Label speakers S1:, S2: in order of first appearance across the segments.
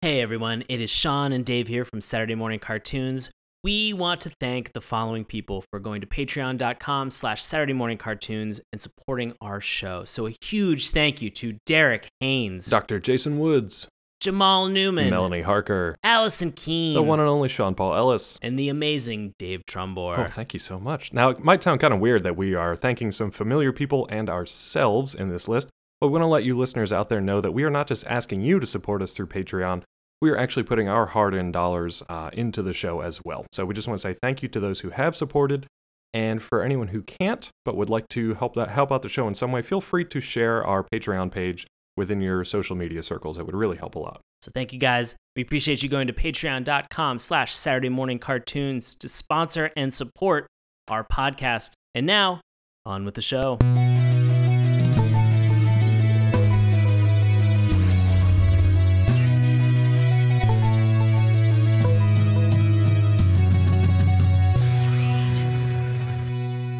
S1: Hey everyone, it is Sean and Dave here from Saturday Morning Cartoons. We want to thank the following people for going to patreon.com slash Saturday Morning Cartoons and supporting our show. So a huge thank you to Derek Haynes,
S2: Dr. Jason Woods,
S1: Jamal Newman,
S2: Melanie Harker,
S1: Allison Keene,
S2: the one and only Sean Paul Ellis.
S1: and the amazing Dave Trumbore.
S2: Oh, thank you so much. Now, it might sound kind of weird that we are thanking some familiar people and ourselves in this list, but we want to let you listeners out there know that we are not just asking you to support us through Patreon. We are actually putting our hard earned dollars uh, into the show as well. So we just want to say thank you to those who have supported. And for anyone who can't, but would like to help, that, help out the show in some way, feel free to share our Patreon page within your social media circles. It would really help a lot.
S1: So thank you guys. We appreciate you going to patreon.com slash Saturday morning cartoons to sponsor and support our podcast. And now, on with the show.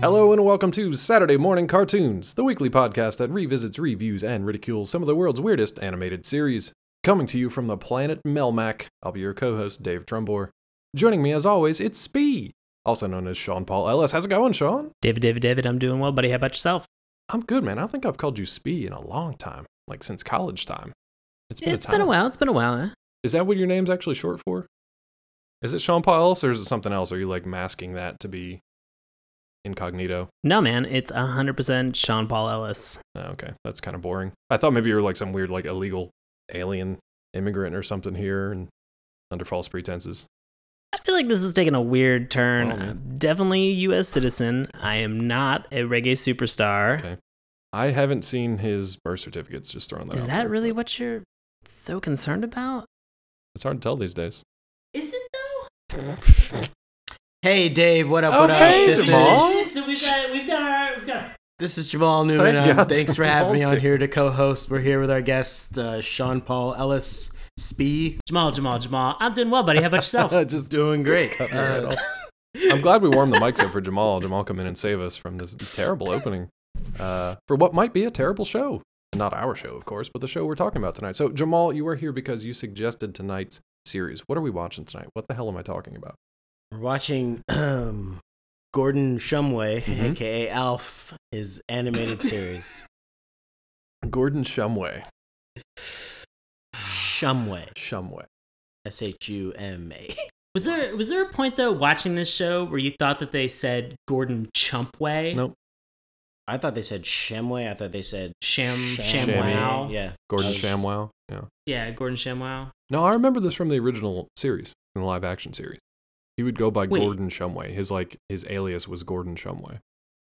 S2: Hello and welcome to Saturday Morning Cartoons, the weekly podcast that revisits, reviews, and ridicules some of the world's weirdest animated series. Coming to you from the planet Melmac, I'll be your co host, Dave Trumbore. Joining me, as always, it's Spee, also known as Sean Paul Ellis. How's it going, Sean?
S1: David, David, David, I'm doing well, buddy. How about yourself?
S2: I'm good, man. I don't think I've called you Spee in a long time, like since college time. It's been,
S1: it's
S2: a, time.
S1: been a while. It's been a while. Huh?
S2: Is that what your name's actually short for? Is it Sean Paul Ellis or is it something else? Are you like masking that to be incognito?
S1: No, man, it's 100% Sean Paul Ellis.
S2: Oh, okay, that's kind of boring. I thought maybe you were like some weird like illegal alien immigrant or something here and under false pretenses.
S1: I feel like this is taking a weird turn.
S2: Oh, man.
S1: I'm definitely a U.S. citizen. I am not a reggae superstar.
S2: Okay. I haven't seen his birth certificates. Just throwing that.
S1: Is
S2: out
S1: that
S2: there,
S1: really
S2: but
S1: what you're so concerned about?
S2: It's hard to tell these days.
S1: Is it though?
S3: Hey Dave, what up? What
S2: Oh,
S3: up?
S2: hey,
S3: this
S2: Jamal.
S3: is
S1: we've got, we've got our, we've got
S3: this is Jamal Newman.
S2: Thank
S3: Um,
S2: God
S3: thanks for having me
S2: Jamal's
S3: on here to co-host. We're here with our guest uh, Sean Paul Ellis Spee.
S1: Jamal, Jamal, Jamal. I'm doing well, buddy. How about yourself?
S2: just
S3: Doing great.
S2: cut me right
S3: Uh,
S2: off. I'm glad we warmed the mics up for Jamal. Jamal come in and save us from this terrible opening uh, for what might be a terrible show. Not our show, of course, but the show we're talking about tonight. So Jamal, you are here because you suggested tonight's series. What are we watching tonight? What the hell am I talking about?
S3: We're watching um, Gordon Shumway,
S2: Mhm.
S3: aka Alf, his animated series
S2: Gordon Shumway.
S3: Shumway.
S2: Shumway.
S3: S H U M A.
S1: was there was there a point though watching this show where you thought that they said Gordon Chumpway?
S2: Nope.
S3: I thought they said Shamway. I thought they said
S1: Sham
S2: Shamway.
S1: Shamwow. Yeah.
S3: Yeah,
S2: Gordon
S3: Nice.
S2: Shamwow. Yeah.
S1: Gordon Shamwow.
S2: No, I remember this from the original series, from the live action series. He would go by
S1: Wait.
S2: Gordon Shumway. His like his alias was Gordon Shumway.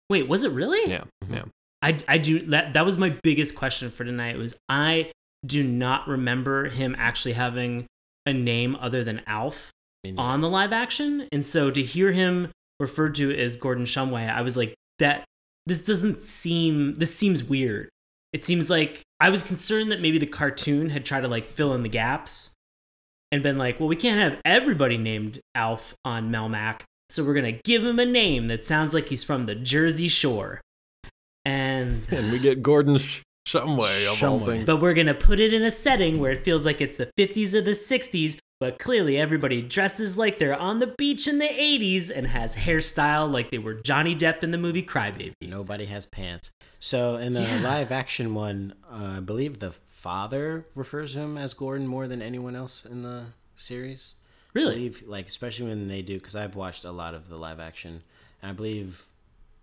S1: Wait, Mm-hmm. was it really?
S2: Yeah, yeah.
S1: I, I do that that was my biggest question for tonight was I do not remember him actually having a name other than Alf
S3: I mean,
S1: on the live action and so to hear him referred to as Gordon Shumway I was like that this doesn't seem this seems weird it seems like I was concerned that maybe the cartoon had tried to like fill in the gaps and been like well we can't have everybody named Alf on Melmac so we're going to give him a name that sounds like he's from the Jersey Shore and
S2: And we get Gordon Sh- Shumway of all
S3: Shumway.
S2: things.
S1: but we're gonna put it in a setting where it feels like it's the 50s or the 60s, but clearly everybody dresses like they're on the beach in the 80s and has hairstyle like they were Johnny Depp in the movie Crybaby.
S3: Nobody has pants. So in the
S1: Yeah.
S3: live action one, uh, I believe the father refers to him as Gordon more than anyone else in the series. I
S1: Really?
S3: believe, like especially when they do, because I've watched a lot of the live action, and I believe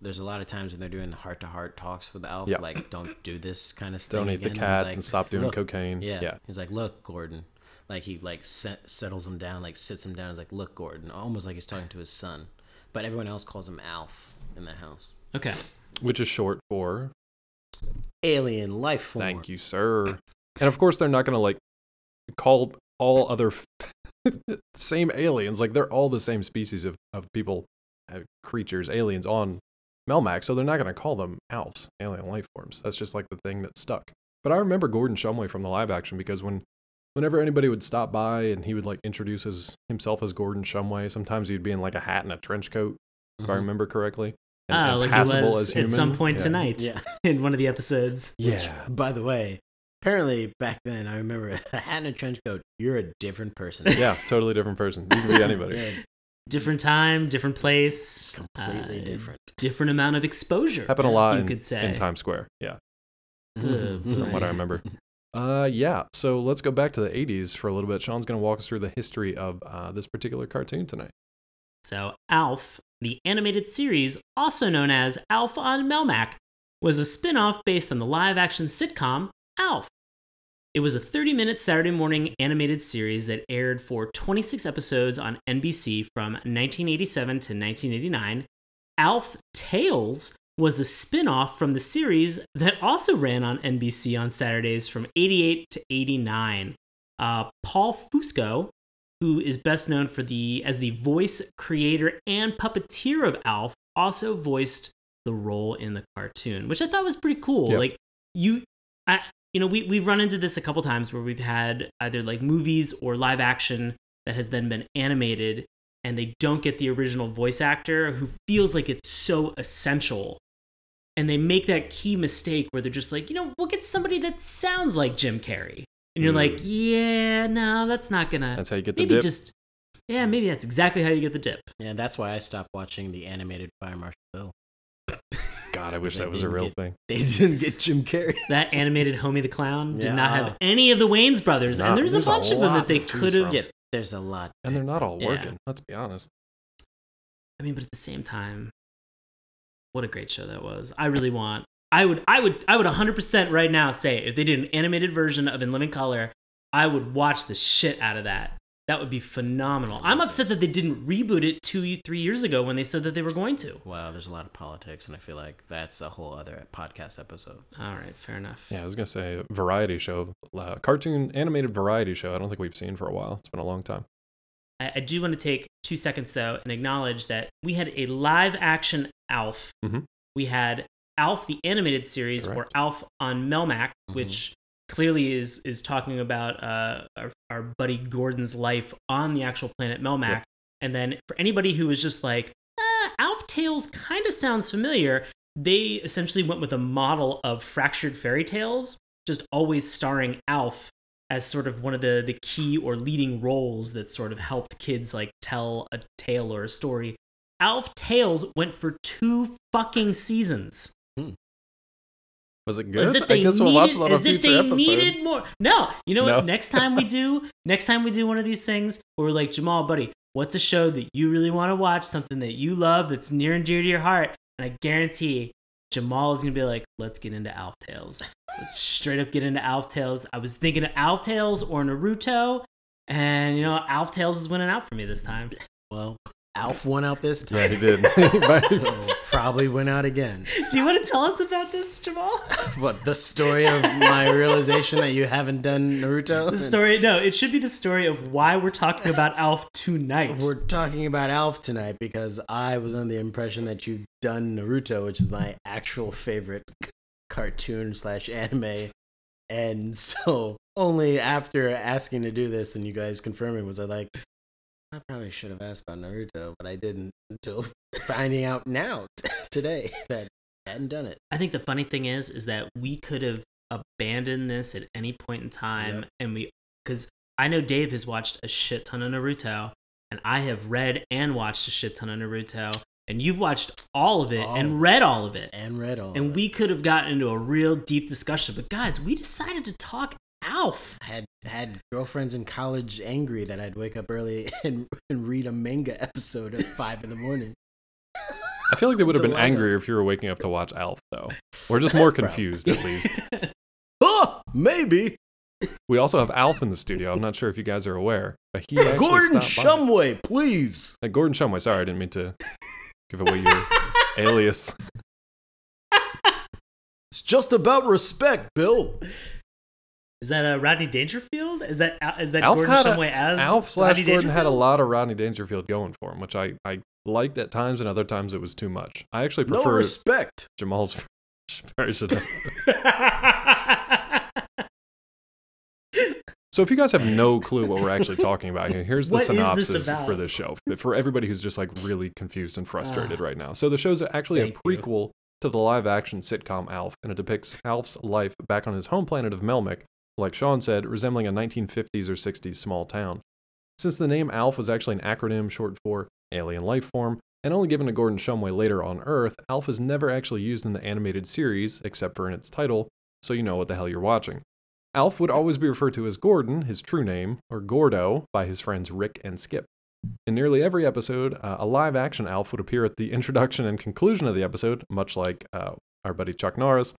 S3: there's a lot of times when they're doing the heart to heart talks with Alf,
S2: Yeah.
S3: like don't do this kind of stuff.
S2: Don't eat the cats and stop doing cocaine.
S3: Yeah.
S2: Yeah.
S3: he's like, look, Gordon. Like he like set, settles him down, like sits him down. He's like, look, Gordon, almost like he's talking to his son, but everyone else calls him Alf in the house.
S1: Okay.
S2: Which is short for
S3: Alien life form.
S2: Thank you, sir. And of course they're not gonna like call all other f- same aliens. Like they're all the same species of, of people uh, creatures, aliens on Melmac, so they're not gonna call them alfs, alien life forms. That's just like the thing that stuck. But I remember Gordon Shumway from the live action because when whenever anybody would stop by and he would like introduce his, himself as Gordon Shumway, sometimes he'd be in like a hat and a trench coat, if I
S3: Mhm.
S2: remember correctly.
S1: Oh,
S2: And- and
S1: Mm-hmm. like he
S2: passable
S1: was
S2: as
S1: at some
S2: human.
S1: point
S2: Yeah.
S1: tonight
S3: Yeah.
S1: in one of the episodes.
S2: Yeah.
S3: By the way, Apparently, back then, I remember a hat and a trench coat. You're a different person.
S2: Yeah, totally different person. You can be anybody.
S3: You're
S1: Different time, different place,
S3: completely
S1: uh,
S3: different.
S1: different amount of exposure.
S2: Happened a lot
S1: You
S2: in,
S1: could say.
S2: in Times Square. Yeah,
S1: Mhm.
S2: from what I remember. Uh, yeah. So let's go back to the '80s for a little bit. Sean's going to walk us through the history of uh, this particular cartoon tonight.
S1: So, ALF, the animated series, also known as ALF on Melmac, was a spin off based on the live action sitcom ALF. It was a 30 minute Saturday morning animated series that aired for 26 episodes on NBC from 1987 to 1989. ALF Tales was a spin off from the series that also ran on NBC on Saturdays from 88 to 89. Uh, Paul Fusco, who is best known for the as the voice creator and puppeteer of Alf, also voiced the role in the cartoon, which I thought was pretty cool.
S2: Yeah.
S1: Like you, I, you know, we we've run into this a couple times where we've had either like movies or live action that has then been animated, and they don't get the original voice actor who feels like it's so essential. And they make that key mistake where they're just like, you know, we'll get somebody that sounds like Jim Carrey. And you're
S2: Mm.
S1: like, yeah, no, that's not gonna
S2: That's how you get the
S1: maybe
S2: dip.
S1: just yeah maybe that's exactly how you get the dip
S3: Yeah, that's why I stopped watching the animated Fire Marshal Bill.
S2: God, I wish
S3: They
S2: that was a
S3: didn't
S2: real
S3: get-
S2: thing.
S3: They didn't get Jim Carrey.
S1: that animated homie the clown did
S3: Yeah.
S1: not have any of the waynes brothers
S2: Nah,
S1: and there's,
S2: there's a
S1: a bunch of them
S2: lot
S1: that they
S2: to choose
S1: could have
S2: from.
S3: Yeah, there's a lot.
S2: And they're not all
S1: Yeah.
S2: working. Let's be honest.
S1: i mean but at the same time what a great show that was i really want i would i would i would 100% right now say if they did an animated version of in living color i would watch the shit out of that that would be phenomenal i'm upset that they didn't reboot it two three years ago when they said that they were going to
S3: Wow, there's a lot of politics, and I feel like that's a whole other podcast episode.
S1: all right fair enough
S2: Yeah, I was gonna say a variety show, uh, cartoon animated variety show. I don't think we've seen for a while. It's been a long time.
S1: I, I do want to take two seconds though and acknowledge that we had a live action Alf.
S2: Mhm.
S1: We had Alf the animated series or
S2: Correct.
S1: Alf on Melmac,
S3: Mhm.
S1: which clearly is is talking about uh, our, our buddy Gordon's life on the actual planet Melmac.
S2: Yep.
S1: And then for anybody who was just like, ah, Alf Tales kind of sounds familiar, they essentially went with a model of fractured fairy tales, just always starring Alf as sort of one of the the key or leading roles that sort of helped kids like tell a tale or a story. Alf Tales went for two fucking seasons.
S2: Was it
S1: As
S2: good?
S1: if they
S2: I guess we'll watch a
S1: needed-
S2: lot of
S1: as if
S2: future
S1: they
S2: episodes.
S1: needed more. No, you know
S2: No.
S1: what? Next time we do, next time we do one of these things, where we're like Jamal, buddy, what's a show that you really want to watch? Something that you love, that's near and dear to your heart, and I guarantee Jamal is gonna be like, let's get into Alf Tales. Let's straight up get into Alf Tales. I was thinking of Alf Tales or Naruto, and you know, Alf Tales is winning out for me this time.
S3: Well, Alf won out this
S2: Yeah,
S3: time.
S2: he did. But-
S3: so probably went out again.
S1: Do you want to tell us about this, Jamal?
S3: What the story of my realization that you haven't done Naruto?
S1: The story? No, it should be the story of why we're talking about Alf tonight.
S3: We're talking about Alf tonight because I was under the impression that you'd done Naruto, which is my actual favorite cartoon slash anime. And so only after asking to do this and you guys confirming was I like, I probably should have asked about Naruto, but I didn't until finding out now today that I hadn't done it.
S1: I think the funny thing is, is that we could have abandoned this at any point in time,
S3: Yep.
S1: and we, because I know Dave has watched a shit ton of Naruto, and I have read and watched a shit ton of Naruto, and you've watched all of it
S3: All of
S1: and
S3: it.
S1: read all of it,
S3: And read all. of
S1: and
S3: it.
S1: we could have gotten into a real deep discussion. But guys, we decided to talk Alf.
S3: had had girlfriends in college angry that I'd wake up early and, and read a manga episode at five in the morning.
S2: I feel like they would have been
S3: The lineup.
S2: angrier if you were waking up to watch Alf, though. We're just more confused, at least.
S3: Oh, maybe
S2: We also have Alf in the studio. I'm not sure if you guys are aware, but he actually
S3: Gordon
S2: stopped by.
S3: Shumway, please.
S2: Uh, Gordon Shumway. Sorry, I didn't mean to give away your alias.
S3: It's just about respect, Bill.
S1: Is that uh, Rodney Dangerfield? Is that Al- is that
S2: Alf
S1: Gordon
S2: had a-
S1: Shumway as
S2: Alf slash
S1: Rodney
S2: Gordon had a
S1: Dangerfield?
S2: lot of Rodney Dangerfield going for him, which I, I liked at times, and other times it was too much. I actually
S3: No
S2: prefer
S3: respect.
S2: Jamal's version. of- So if you guys have no clue what we're actually talking about here, here's the
S1: What is this
S2: synopsis
S1: about?
S2: for this show. For everybody who's just like really confused and frustrated right now. So the show's actually a
S1: Ah. Thank you.
S2: prequel to the live action sitcom Alf, and it depicts Alf's life back on his home planet of Melmic like Sean said, resembling a 1950s or 60s small town. Since the name ALF was actually an acronym short for Alien Life Form, and only given to Gordon Shumway later on Earth, ALF is never actually used in the animated series, except for in its title, so you know what the hell you're watching. ALF would always be referred to as Gordon, his true name, or Gordo, by his friends Rick and Skip. In nearly every episode, uh, a live action ALF would appear at the introduction and conclusion of the episode, much like uh, our buddy Chuck Norris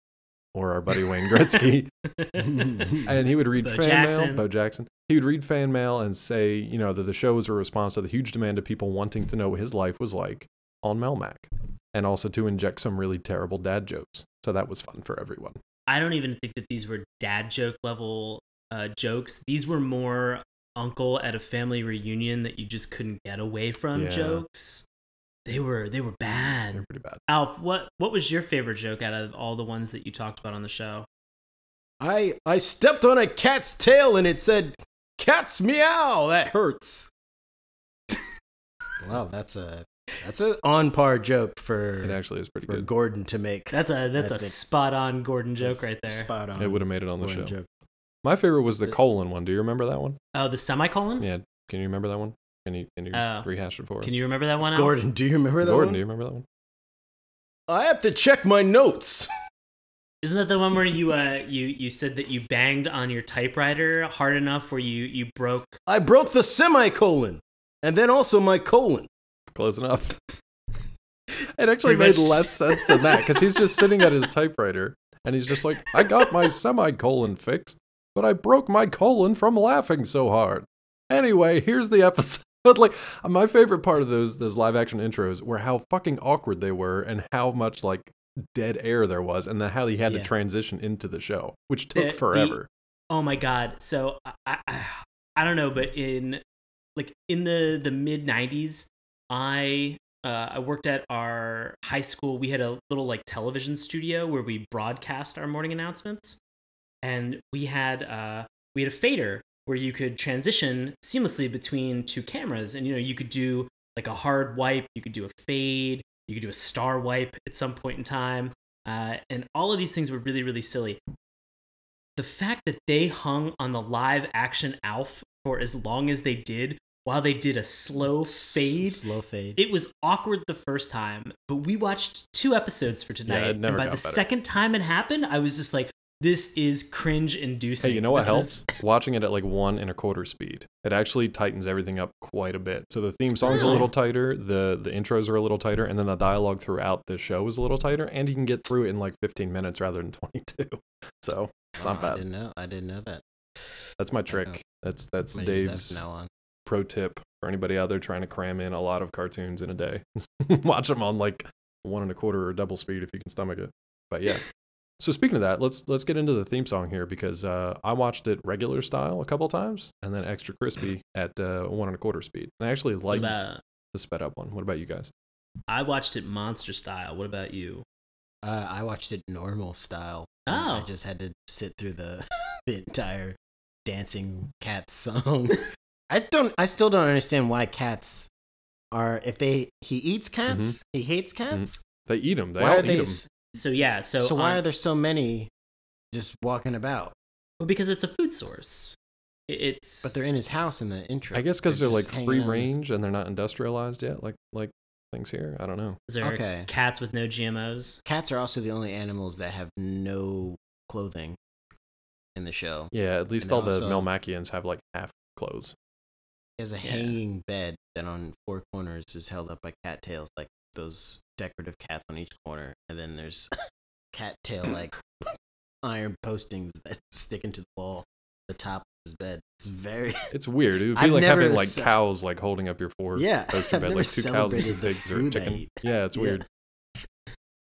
S2: or our buddy Wayne Gretzky. and he would read
S1: Bo
S2: fan mail.
S1: Jackson.
S2: Bo Jackson. He would read fan mail and say, you know, that the show was a response to the huge demand of people wanting to know what his life was like on Melmac, and also to inject some really terrible dad jokes. So that was fun for everyone.
S1: I don't even think that these were dad joke level uh, jokes. These were more uncle at a family reunion that you just couldn't get away from
S2: Yeah.
S1: jokes. They were they were
S2: They were
S1: bad.
S2: pretty bad.
S1: Alf, what what was your favorite joke out of all the ones that you talked about on the show?
S3: I I stepped on a cat's tail and it said, "Cats meow." That hurts. wow, that's a that's a on par joke
S2: It
S3: for
S2: actually was pretty
S3: for
S2: good.
S3: Gordon to make.
S1: That's a that's a
S3: think-
S1: spot on Gordon joke
S3: That's
S1: right there.
S3: Spot on.
S2: It would have made it on the
S3: Gordon
S2: show.
S3: joke.
S2: My favorite was the
S3: The-
S2: colon one. Do you remember that one?
S1: Oh, the semicolon.
S2: Yeah. Can you remember that one? Can you can you
S1: Oh.
S2: rehash it for us?
S1: Can you remember that one? Alf?
S3: Gordon, do you remember that
S2: Gordon,
S3: one?
S2: do you remember that one?
S3: I have to check my notes.
S1: Isn't that the one where you uh you you said that you banged on your typewriter hard enough where you you broke?
S3: I broke the semicolon and then also my colon.
S2: Close enough. it actually made
S1: Pretty much-
S2: less sense than that because he's just sitting at his typewriter and he's just like, I got my semicolon fixed, but I broke my colon from laughing so hard. Anyway, here's the episode. like my favorite part of those those live action intros were how fucking awkward they were and how much like dead air there was and then how he had
S3: Yeah.
S2: to transition into the show, which took
S1: Eh, The- the-
S2: forever.
S1: Oh my god! So I I- I, I don't know, but in like in the the mid '90s, I uh, I worked at our high school. We had a little like television studio where we broadcast our morning announcements, and we had uh we had a fader where you could transition seamlessly between two cameras, and you know you could do like a hard wipe, you could do a fade, you could do a star wipe at some point in time, uh, and all of these things were really really silly the fact that they hung on the live action Alf for as long as they did while they did a slow fade.
S3: Slow fade.
S1: It was awkward the first time, but we watched two episodes for tonight.
S2: it never
S1: and by
S2: got
S1: the
S2: better.
S1: second time it happened, I was just like, this is cringe inducing.
S2: Hey, you know what
S1: This
S2: helps?
S1: is-
S2: Watching it at like one and a quarter speed. It actually tightens everything up quite a bit. So the theme song's a
S1: Really?
S2: little tighter, the the intros are a little tighter, and then the dialogue throughout the show is a little tighter, and you can get through it in like 15 minutes rather than 22. So it's not
S3: Oh, I
S2: bad.
S3: didn't know. I didn't know that.
S2: That's my
S3: know.
S2: trick. That's that's
S3: I'm gonna use that
S2: Dave's
S3: from now on.
S2: pro tip for anybody out there trying to cram in a lot of cartoons in a day. Watch them on like one and a quarter or double speed if you can stomach it. But yeah. So speaking of that, let's let's get into the theme song here because uh, I watched it regular style a couple times and then extra crispy at uh, one and a quarter speed. And I actually liked
S1: Uh,
S2: the sped up one. What about you guys?
S1: I watched it monster style. What about you?
S3: Uh, I watched it normal style.
S1: Oh.
S3: I just had to sit through the, the entire dancing cats song. I don't. I still don't understand why cats are. If they he eats cats, he hates cats.
S2: They eat them. Mm-hmm. They
S3: Why
S2: all
S3: are
S2: eat
S3: they?
S2: them.
S3: s-
S1: So yeah, so
S3: So, why
S1: um,
S3: are there so many just walking about?
S1: Well, because it's a food source. It- It's
S3: But they're in his house in the intro.
S2: I guess because they're,
S3: just
S2: like
S3: hanging
S2: free
S3: out in his-
S2: range and they're not industrialized yet, like like things here. I don't know.
S1: Is there
S3: okay.
S1: cats with no GMOs.
S3: Cats are also the only animals that have no clothing in the show.
S2: Yeah, at least
S3: And
S2: all the
S3: also-
S2: Melmacians have like half clothes.
S3: He has a
S1: Yeah.
S3: hanging bed that on four corners is held up by cattails, like those decorative cats on each corner, and then there's cattail like iron postings that stick into the wall, at the top of his bed. It's very
S2: It's weird. It would be
S3: I've
S2: like having
S3: never
S2: like
S3: ce-
S2: cows like holding up your four
S3: yeah.
S2: poster
S3: I've
S2: bed,
S3: never
S2: like two cows and two
S3: celebrated the
S2: pigs or a
S3: food I
S2: chicken.
S3: eat.
S2: Yeah, it's
S3: Yeah.
S2: weird.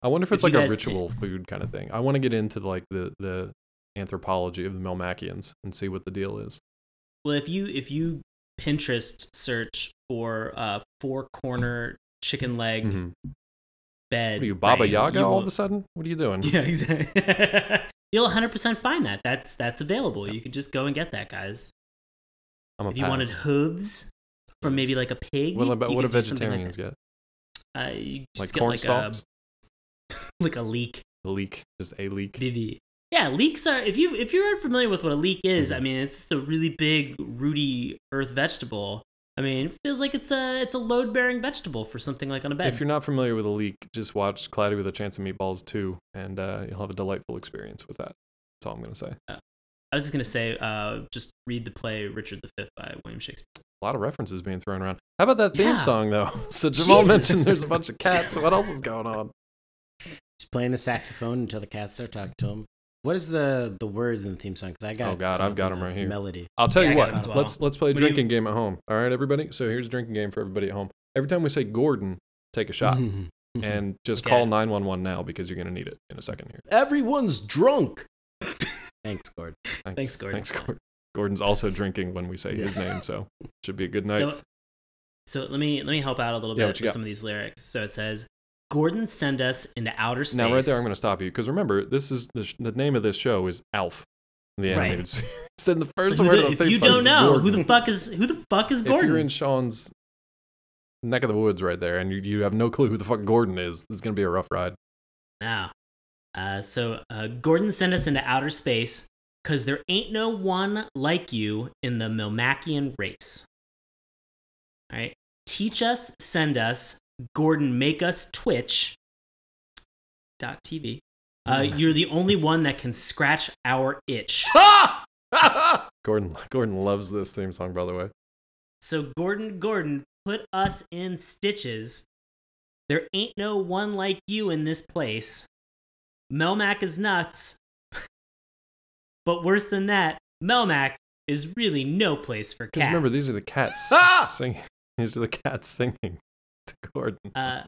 S2: I wonder if it's
S1: If you
S2: like a
S1: guys-
S2: ritual food kind of thing. I want to get into like the the anthropology of the Melmacians and see what the deal is.
S1: Well, if you if you Pinterest search for uh four corner chicken leg
S2: Mhm.
S1: bed,
S2: What are you, Baba
S1: thing,
S2: Yaga?
S1: you
S2: all
S1: will-
S2: of a sudden, what are you doing?
S1: yeah, exactly. You'll 100 percent find that. That's that's available. You could just go and get that, guys.
S2: I'm a
S1: if you wanted
S2: pass.
S1: hooves from maybe like a pig,
S2: what about
S1: you
S2: what do
S1: could do something
S2: vegetarians get?
S1: Like, that. uh, you just
S2: Like
S1: get
S2: corn
S1: like
S2: stalks,
S1: a like a leek,
S2: a leek, just a leek.
S1: BB. Yeah, leeks are if you if you're unfamiliar with what a leek is,
S2: Mm-hmm.
S1: I mean it's just a really big rooty earth vegetable. I mean, it feels like it's a it's a load bearing vegetable for something like on a bed.
S2: If you're not familiar with a leak, just watch Cloudy with a Chance of Meatballs 2, and uh, you'll have a delightful experience with that. That's all I'm going to say.
S1: I was just gonna say, uh, just read the play Richard V by William Shakespeare.
S2: A lot of references being thrown around. How about that theme
S1: Yeah.
S2: song, though? So Jamal
S1: Jesus.
S2: mentioned there's a bunch of cats. What else is going on?
S3: He's playing the saxophone until the cats start talking to him. What is the the words in the theme song? Because I got
S2: Oh, God,
S3: caught
S2: I've
S3: up
S2: got
S3: in
S2: 'em
S3: the
S2: right here.
S3: Melody.
S2: I'll tell
S1: Yeah,
S2: you
S1: I got
S2: what.
S1: them as well.
S2: Let's let's play a
S1: What do you-
S2: drinking game at home. All right, everybody. So here's a drinking game for everybody at home. Every time we say Gordon, take a shot
S1: Mm-hmm.
S2: and just
S1: Okay.
S2: call 911 now because you're going to need it in a second here.
S3: everyone's drunk. Thanks, Gord.
S1: Thanks, Gordon.
S2: Thanks, Gordon. Gordon's also drinking when we say his name, so should be a good night.
S1: So, so let me let me help out a little bit
S2: Yeah, what
S1: with
S2: you got?
S1: some of these lyrics. So it says, "Gordon send us into outer space."
S2: Now, right there, I'm going to stop you because remember, this is the, sh- the name of this show is Alf, the
S1: Right.
S2: animated series. And the
S1: So
S2: first
S1: who
S2: word
S1: the-
S2: of the
S1: if
S2: theme
S1: you
S2: song
S1: don't
S2: is
S1: know
S2: Gordon.
S1: who the fuck is who the fuck is
S2: If
S1: Gordon,
S2: you're in Sean's neck of the woods right there, and you, you have no clue who the fuck Gordon is, this is going to be a rough ride.
S1: now, uh, so uh, Gordon sent us into outer space because there ain't no one like you in the Milmachian race. All right, teach us, send us, Gordon, make us twitch. Dot TV. Uh,
S2: Mm.
S1: you're the only one that can scratch our itch.
S2: Gordon, Gordon loves this theme song, by the way.
S1: So Gordon, Gordon, put us in stitches. There ain't no one like you in this place. Melmac is nuts. but worse than that, Melmac is really no place for
S2: Because
S1: cats.
S2: remember, these are the cats
S3: Ah!
S2: singing. These are the cats singing to Gordon.
S1: Uh,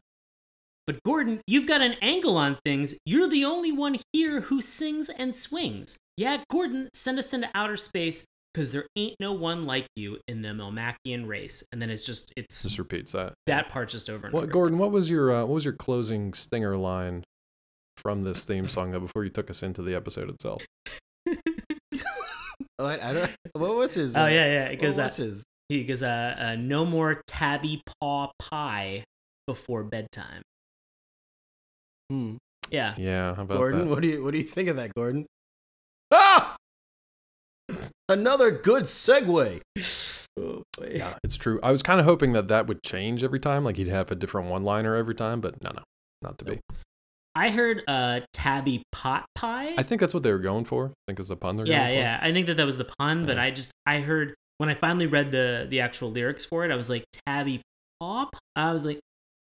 S1: but Gordon, you've got an angle on things. You're the only one here who sings and swings. Yeah, Gordon, send us into outer space because there ain't no one like you in the Melmacian race. And then it's just it's
S2: Just repeats that.
S1: that part just over and
S2: What
S1: over.
S2: Gordon? What was your uh, what was your closing stinger line from this theme song though? Before you took us into the episode itself,
S3: What Oh, I don't. What was his?
S1: Oh yeah, yeah. It
S3: What
S1: goes. Uh,
S3: was his?
S1: he goes. Uh, uh, no more tabby paw pie before bedtime.
S3: Hmm.
S1: Yeah.
S2: yeah. How about
S3: Gordon,
S2: that?
S3: what do you what do you think of that, Gordon? Ah! Another good segue.
S1: Oh boy.
S2: Yeah, it's true. I was kind of hoping that that would change every time. Like he'd have a different one liner every time, but no, no, not to be.
S1: I heard uh, tabby pot pie.
S2: I think that's what they were going for. I think is the pun they're
S1: yeah,
S2: going for.
S1: yeah. I think that that was the pun, but
S2: Yeah.
S1: I just I heard when I finally read the the actual lyrics for it, I was like tabby pop. I was like,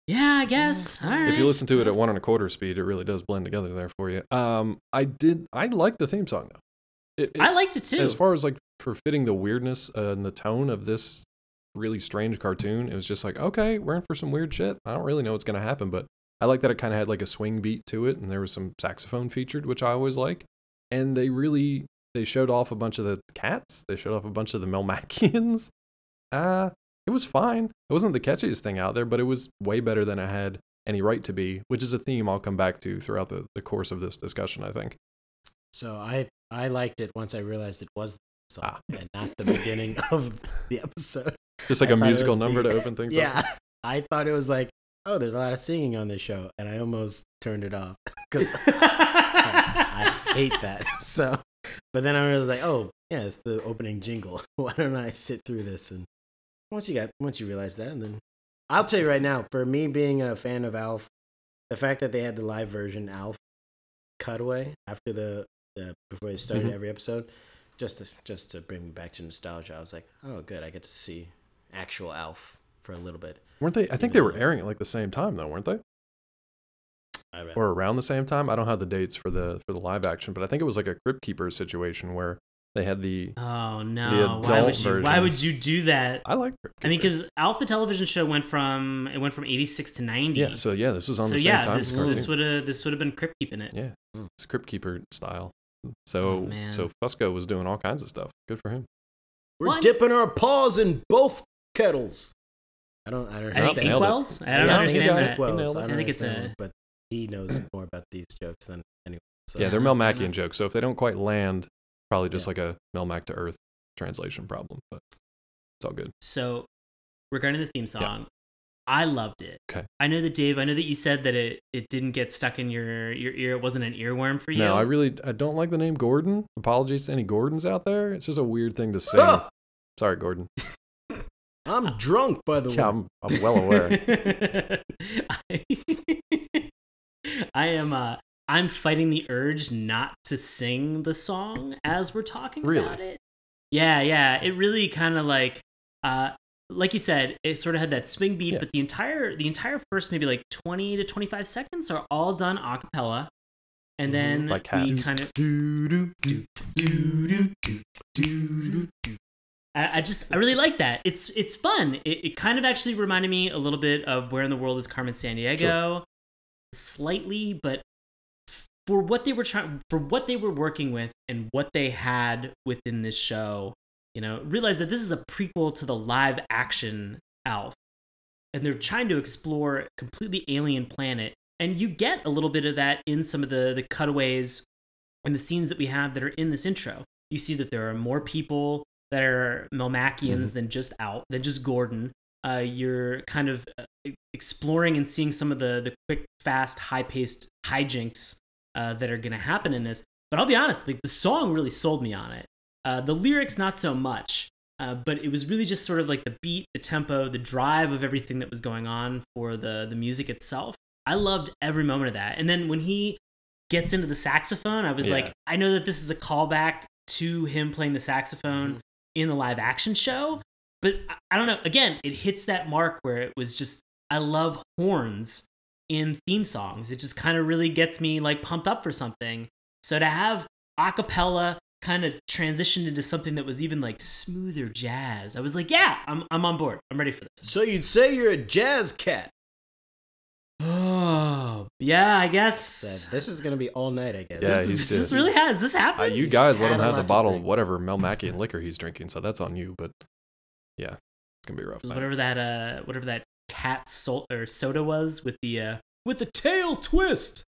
S1: yeah, I guess. All right.
S2: If you listen to it at one and a quarter speed, it really does blend together there for you. Um, I did. I like the theme song though. It, it-
S1: I liked it too.
S2: as far as like for fitting the weirdness uh, and the tone of this really strange cartoon, it was just like, okay, we're in for some weird shit. I don't really know what's gonna happen, but I like that it kind of had like a swing beat to it, and there was some saxophone featured, which I always like. And they really they showed off a bunch of the cats. They showed off a bunch of the Melmacians. Uh, it was fine. It wasn't the catchiest thing out there, but it was way better than it had any right to be, which is a theme I'll come back to throughout the, the course of this discussion, I think.
S3: So I I liked it once I realized it was the song
S2: Ah.
S3: and not the beginning of the episode.
S2: Just like
S3: I
S2: a
S3: thought it
S2: musical
S3: was the-
S2: number to open things up.
S3: Yeah, I thought it was like, oh, there's a lot of singing on this show, and I almost turned it off because I hate that. So, but then I was like, oh, yeah, it's the opening jingle. Why don't I sit through this? And once you got, once you realize that, and then I'll tell you right now, for me being a fan of Alf, the fact that they had the live version Alf cutaway after the, the before they started
S2: Mhm.
S3: every episode, just to, just to bring me back to nostalgia, I was like, oh, good, I get to see actual Alf for a little bit.
S2: Weren't they? I think they were airing it like the same time though, weren't they?
S3: I read.
S2: Or around the same time? I don't have the dates for the for the live action, but I think it was like a Crypt Keeper situation where they had the.
S1: Oh no! Why
S2: adult
S1: would you? Why
S2: version.
S1: would you do that?
S2: I like. Crypt
S1: I mean,
S2: Keeper.
S1: because Alf the television show went from it went from eighty six to ninety.
S2: yeah, so yeah, this was on
S1: So
S2: the same
S1: yeah,
S2: time.
S1: this,
S2: as the cartoon.
S1: this would have this would have been Crypt keeping it.
S2: Yeah. it's Crypt Keeper style. So
S1: Oh, man.
S2: so Fusco was doing all kinds of stuff. Good for him.
S3: We're
S1: One-
S3: dipping our paws in both kettles. I don't. I don't
S1: I think
S2: Nailed it.
S1: inkwells. I don't
S2: Yeah, I think
S1: understand
S2: so.
S1: that.
S2: Well-
S3: Inkwells.
S2: I
S3: don't
S1: think it's
S3: understand
S1: a-
S3: but he knows more about these jokes than anyone. So.
S2: yeah, they're
S1: Mel
S2: Melmacian jokes. So if they don't quite land, probably just
S3: Yeah.
S2: like a Melmac to Earth translation problem. But it's all good.
S1: So, regarding the theme song, I loved it.
S2: Okay.
S1: I know that Dave. I know that you said that it it didn't get stuck in your your ear. It wasn't an earworm for you.
S2: No, I really I don't like the name Gordon. Apologies to any Gordons out there. It's just a weird thing to say.
S3: Ah!
S2: Sorry, Gordon.
S3: I'm drunk, by the
S2: Yeah,
S3: way.
S2: I'm, I'm well aware.
S1: I, I am. Uh, I'm fighting the urge not to sing the song as we're talking
S2: Really?
S1: about it. Yeah, yeah. It really kind of like, uh, like you said, it sort of had that swing beat,
S2: Yeah.
S1: but the entire the entire first maybe like twenty to twenty five seconds are all done a cappella, and
S3: Mhm.
S1: then
S2: Mm-hmm. Like
S1: we
S2: hats.
S1: kind of.
S3: Doo-doo, doo, doo-doo, doo, doo-doo, doo.
S1: I, I just I really like that. It's it's fun. It, it kind of actually reminded me a little bit of Where in the World is Carmen San Diego, slightly, but for what they were trying, for what they were working with, and what they had within this show, you know, realize that this is a prequel to the live action Alf, and they're trying to explore a completely alien planet, and you get a little bit of that in some of the the cutaways and the scenes that we have that are in this intro. You see that there are more people that are Melmacians than just out than just Gordon. Uh, you're kind of uh, exploring and seeing some of the the quick, fast, high paced hijinks uh, that are going to happen in this. But I'll be honest, like the song really sold me on it. Uh, the lyrics, not so much. Uh, but it was really just sort of like the beat, the tempo, the drive of everything that was going on for the the music itself. I loved every moment of that. And then when he gets into the saxophone, I was
S2: Yeah.
S1: like, I know that this is a callback to him playing the saxophone
S3: Mhm.
S1: in the live action show, but I- I don't know. Again, it hits that mark where it was just I love horns in theme songs. It just kind of really gets me like pumped up for something. So to have a cappella kind of transitioned into something that was even like smoother jazz, I was like, yeah, I'm I'm on board. I'm ready for this.
S3: So you'd say you're a jazz cat.
S1: Oh yeah, I guess
S3: Said, this is gonna be all night, I guess.
S2: Yeah,
S1: this,
S2: he's
S1: this
S2: just-
S1: really has this
S2: Uh,
S1: happened.
S2: you guys let him
S3: had a
S2: have
S3: lot
S2: the
S3: to
S2: bottle of
S3: drink.
S2: whatever Melmacian liquor he's drinking, so that's on you. But yeah, it's gonna be a rough.
S1: It was
S2: night.
S1: whatever that uh whatever that cat salt or soda was with the uh with the tail twist.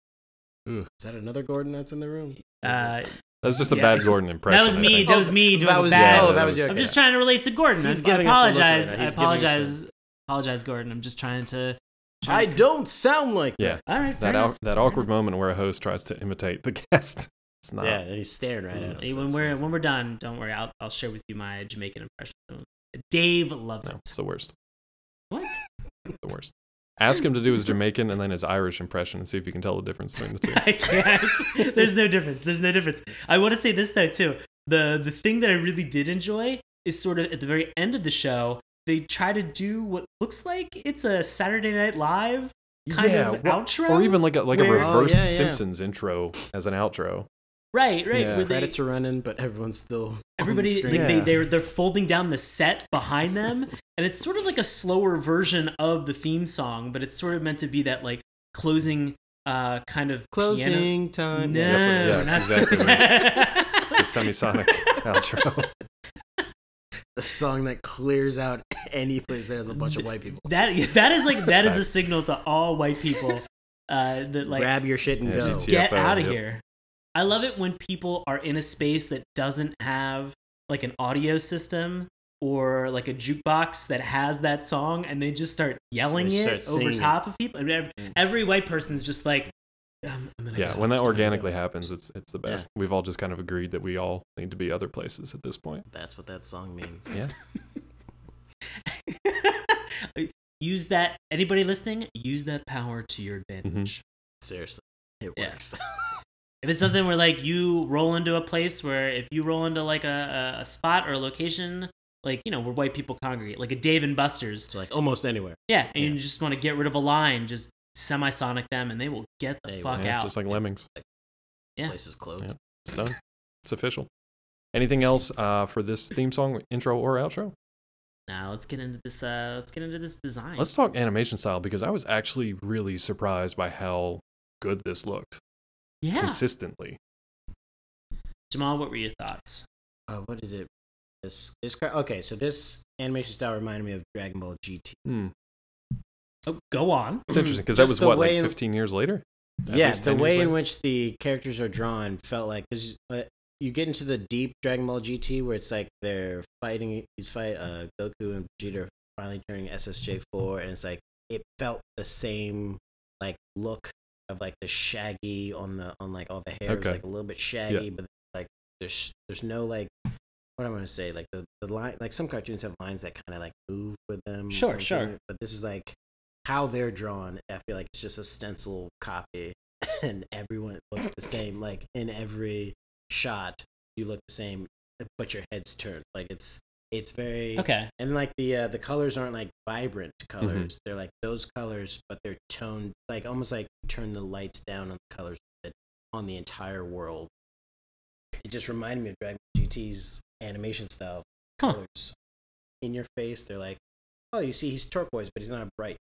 S3: Is that another Gordon that's in the room?
S1: Uh,
S2: That's just a
S1: Yeah.
S2: bad Gordon impression.
S1: that was
S2: I
S1: me.
S2: think.
S1: That was me doing
S3: that
S1: a
S3: was
S1: bad.
S2: Yeah,
S3: Oh,
S2: that
S3: that was
S2: was-
S3: you.
S1: I'm
S3: okay.
S1: just trying to relate to Gordon. I-
S3: He's
S1: I
S3: giving us a look right
S1: apologize.
S3: now.
S1: I
S3: He's giving us a-
S1: apologize. Apologize, Gordon. I'm just trying to.
S3: I don't sound like
S2: Yeah.
S3: that.
S1: All right, fair
S2: that
S1: enough.
S2: au- that awkward moment where a host tries to imitate the guest. It's not.
S3: Yeah, and he's staring right at
S1: Hey,
S3: us.
S1: when
S3: That's
S1: we're
S3: weird.
S1: when we're done, don't worry. I'll I'll share with you my Jamaican impression. Dave loves
S2: No,
S1: it.
S2: it's the worst.
S1: What?
S2: The worst. Ask him to do his Jamaican and then his Irish impression and see if you can tell the difference between the two.
S1: I can't. There's no difference. There's no difference. I want to say this though too. The the thing that I really did enjoy is sort of at the very end of the show. They try to do what looks like it's a Saturday Night Live kind
S2: yeah,
S1: of
S2: wha-
S1: outro,
S2: or even like a, like a
S1: where-
S3: Oh,
S2: reverse
S3: yeah, yeah.
S2: Simpsons intro as an outro.
S1: right, right.
S2: Yeah.
S1: where they-
S3: Credits are running, but everyone's still
S1: everybody
S3: on the
S1: like
S3: screen.
S1: they
S2: Yeah.
S1: they're they're folding down the set behind them and it's sort of like a slower version of the theme song but it's sort of meant to be that like closing uh kind of piano.
S3: Closing time.
S1: no
S2: That's what-
S1: not
S2: yeah, that's exactly what It's a semisonic outro.
S3: The song that clears out any place that has a bunch of white people.
S1: that that is like that is a signal to all white people uh that like
S3: Grab your shit and
S2: Yeah,
S3: go.
S2: just
S1: get
S2: TFO,
S1: out of
S2: yep.
S1: here. I love it when people are in a space that doesn't have like an audio system or like a jukebox that has that song and they just start yelling
S3: they
S1: it
S3: start
S1: over
S3: singing Mm.
S1: top of people. And ev- every white person's just like, um, I'm gonna
S2: Yeah,
S1: go.
S2: when that organically happens, it's it's the best. We've all just kind of agreed that we all need to be other places at this point.
S3: That's what that song means.
S2: Yeah.
S1: use that. Anybody listening, use that power to your advantage.
S3: Mm-hmm. Seriously. It
S1: Yeah.
S3: works.
S1: If it's something where like you roll into a place where if you roll into like a, a- a spot or a location, like you know where white people congregate, like a Dave and Buster's,
S3: It's like almost anywhere.
S1: Yeah, and you
S3: Yeah.
S1: just want to get rid of a line, just semisonic them, and they will get the
S3: They
S1: fuck
S3: will.
S2: Yeah,
S1: out.
S2: just like lemmings.
S3: This
S1: Yeah.
S3: place is closed.
S2: It's done. It's official. Anything else uh, for this theme song intro or outro?
S1: now let's get into this. Uh, let's get into this design.
S2: Let's talk animation style because I was actually really surprised by how good this looked
S1: yeah,
S2: consistently.
S1: Jamal, what were your thoughts?
S3: Uh, what is it? This this cra- okay. So this animation style reminded me of Dragon Ball GT.
S2: Hmm.
S1: Oh, go on.
S2: It's interesting because that
S3: Just
S2: was
S3: the
S2: what like
S3: way in-
S2: 15 years later. At
S3: yeah,
S2: least
S3: the
S2: 10 years
S3: way in
S2: later?
S3: which the characters are drawn felt like because uh, you get into the deep Dragon Ball GT where it's like they're fighting. He's fight uh, Goku and Vegeta are finally turning SSJ four, and it's like it felt the same like look of like the shaggy on the on like all the hair is
S2: Okay.
S3: like a little bit shaggy, but like there's there's no like what I'm gonna say like the the line like some cartoons have lines that kind of like move with them.
S1: Sure,
S3: like,
S1: sure.
S3: But this is like how they're drawn. I feel like it's just a stencil copy, and everyone looks the same. Like in every shot, you look the same, but your head's turned. Like it's it's very
S1: Okay.
S3: and like the uh, the colors aren't like vibrant
S1: Mm-hmm.
S3: colors they're like those colors but they're toned like almost like you turn the lights down on the colors that- on the entire world it just reminded me of dragon Ball gt's animation style
S1: Huh.
S3: colors in your face they're like oh you see he's turquoise but he's not bright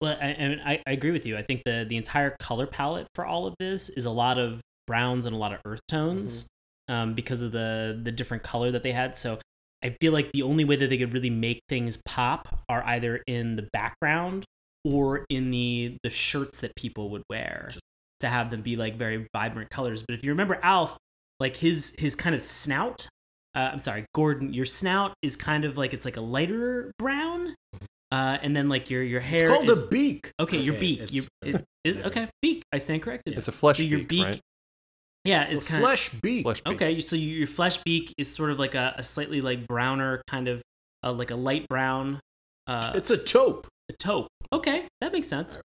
S1: Well, I, I, mean, I, I agree with you. I think the the entire color palette for all of this is a lot of browns and a lot of earth tones
S3: Mm-hmm.
S1: um, because of the the different color that they had. So I feel like the only way that they could really make things pop are either in the background or in the the shirts that people would wear to have them be like very vibrant colors. But if you remember Alf, like his his kind of snout, uh, I'm sorry, Gordon, your snout is kind of like it's like a lighter brown. Uh, and then like your your hair
S3: Mm-hmm. it's
S1: is-
S3: called a beak
S1: Okay, your
S3: Okay,
S1: beak.
S3: it's
S1: Your,
S3: fine.
S1: it, it,
S3: Whatever.
S1: okay, beak. I stand corrected.
S2: It's a flesh
S1: So your
S2: beak,
S1: beak-
S2: right?
S1: Yeah,
S3: it's
S1: it's
S3: a
S1: kind
S3: flesh beak
S2: Flesh beak.
S1: of okay. So you, your flesh beak is sort of like a, a slightly like browner kind of uh, like a light brown uh,
S3: it's a taupe
S1: taupe. Okay, that makes sense.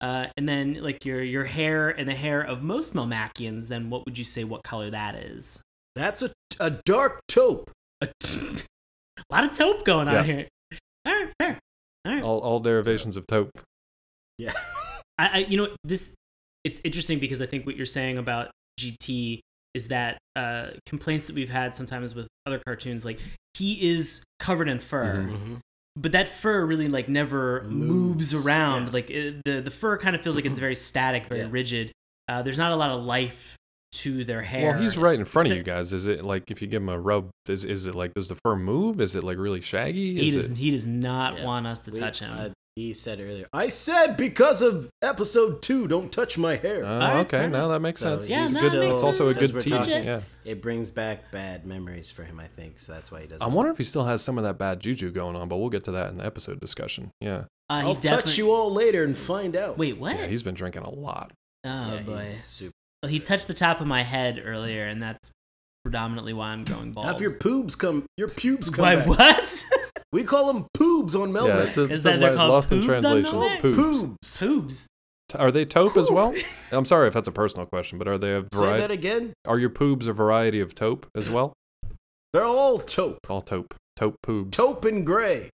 S1: Uh, and then like your your hair and the hair of most Melmacians. Then what would you say? What color that is?
S3: that's a, a dark taupe
S1: A, lot of taupe going on
S2: Yeah.
S1: here. All right, fair. All right.
S2: All, all derivations of taupe.
S3: yeah
S1: I, I you know this it's interesting because I think what you're saying about GT is that uh, complaints that we've had sometimes with other cartoons like he is covered in fur
S3: Mhm.
S1: but that fur really like never moves,
S3: Moves,
S1: around
S3: yeah.
S1: like it, the the fur kind of feels like it's very static very
S3: Yeah.
S1: rigid uh, there's not a lot of life to their hair
S2: Well, he's right in front
S1: So-
S2: of you guys. Is it like if you give him a rub? Is is it like does the fur move? Is it like really shaggy?
S1: he
S2: Is
S1: does,
S2: it,
S1: he does not
S3: Yeah.
S1: want us to
S3: We-
S1: touch him
S3: uh, he said earlier i said because of episode two don't touch my hair
S2: Oh,
S1: Alright, fair
S2: okay,
S1: enough.
S2: now that makes
S3: So
S2: sense.
S1: Yeah,
S2: It's
S1: no,
S2: good-
S1: that makes
S2: That's also a
S1: sense.
S2: good
S3: That's
S2: teach.
S3: what we're talking.
S2: Yeah.
S3: It brings back bad memories for him, I think. So that's why he
S2: I
S3: doesn't.
S2: wonder if he still has some of that bad juju going on, but we'll get to that in the episode discussion. Yeah.
S1: Uh, he
S3: I'll
S1: definitely-
S3: touch you all later and find out.
S1: wait what
S2: Yeah, he's been drinking a lot.
S1: oh
S3: Yeah, he's
S1: boy
S3: super-
S1: well, he touched the top of my head earlier and that's predominantly why I'm going bald
S3: Have your pubes come. Your pubes come
S1: Why,
S3: back.
S1: what?
S3: We call them poobs on Melmac.
S2: yeah, it's a,
S1: Is
S2: it's
S1: that
S2: a
S1: they're
S2: lo-
S1: called
S2: lost in
S1: poobs on
S2: translation.
S1: Melmac?
S2: Poobs.
S3: poobs.
S1: Tubes.
S2: T- Are they taupe as well? I'm sorry if that's a personal question, but are they a
S3: Say that
S2: variety?
S3: again.
S2: Are your poobs a variety of taupe as well?
S3: They're all taupe.
S2: All taupe. Taupe poobs.
S3: Taupe and gray.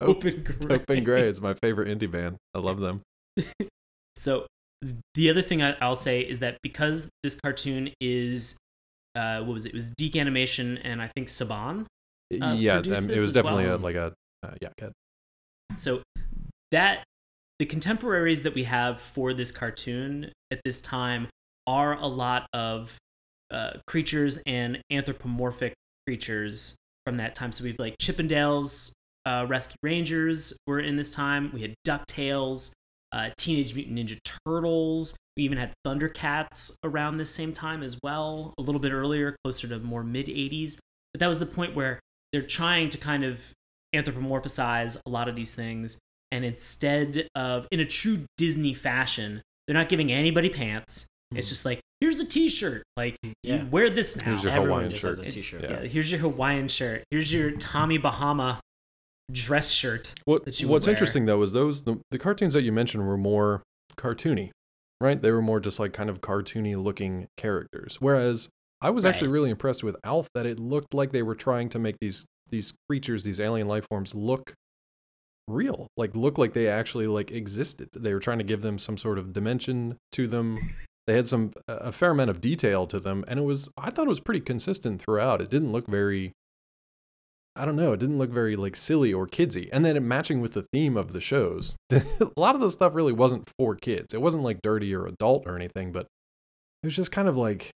S2: Taupe,
S1: gray.
S2: taupe and gray is my favorite indie band. I love them.
S1: So the other thing I- I'll say is that because this cartoon is, uh, what was it? It was Deke Animation and I think Saban. Uh,
S2: yeah,
S1: produce
S2: um, it
S1: this
S2: was
S1: as
S2: definitely
S1: well.
S2: a, like a uh, yeah. Good.
S1: So that the contemporaries that we have for this cartoon at this time are a lot of uh, creatures and anthropomorphic creatures from that time. So we've like Chippendales, uh, Rescue Rangers were in this time. We had Ducktales, uh, Teenage Mutant Ninja Turtles. We even had Thundercats around this same time as well, a little bit earlier, closer to more mid 80s. But that was the point where they're trying to kind of anthropomorphize a lot of these things and instead of in a true disney fashion they're not giving anybody pants it's just like here's a t-shirt like
S3: Yeah.
S1: you wear this now
S2: Hmm. Here's your
S3: Everyone
S2: Hawaiian
S3: just
S2: shirt.
S3: has a t-shirt.
S2: Yeah.
S1: Yeah, here's your hawaiian shirt here's your tommy bahama dress shirt
S2: What,
S1: that you would
S2: what's
S1: wear.
S2: interesting though is those the, the cartoons that you mentioned were more cartoony, right? They were more just like kind of cartoony looking characters. Whereas I was actually
S1: Right.
S2: really impressed with Alf that it looked like they were trying to make these these creatures, these alien life forms, look real, like look like they actually like existed. They were trying to give them some sort of dimension to them. they had some a a fair amount of detail to them, and it was I thought it was pretty consistent throughout. It didn't look very I don't know. It didn't look very like silly or kidsy. And then it matching with the theme of the shows. a lot of the stuff really wasn't for kids. It wasn't like dirty or adult or anything, but it was just kind of like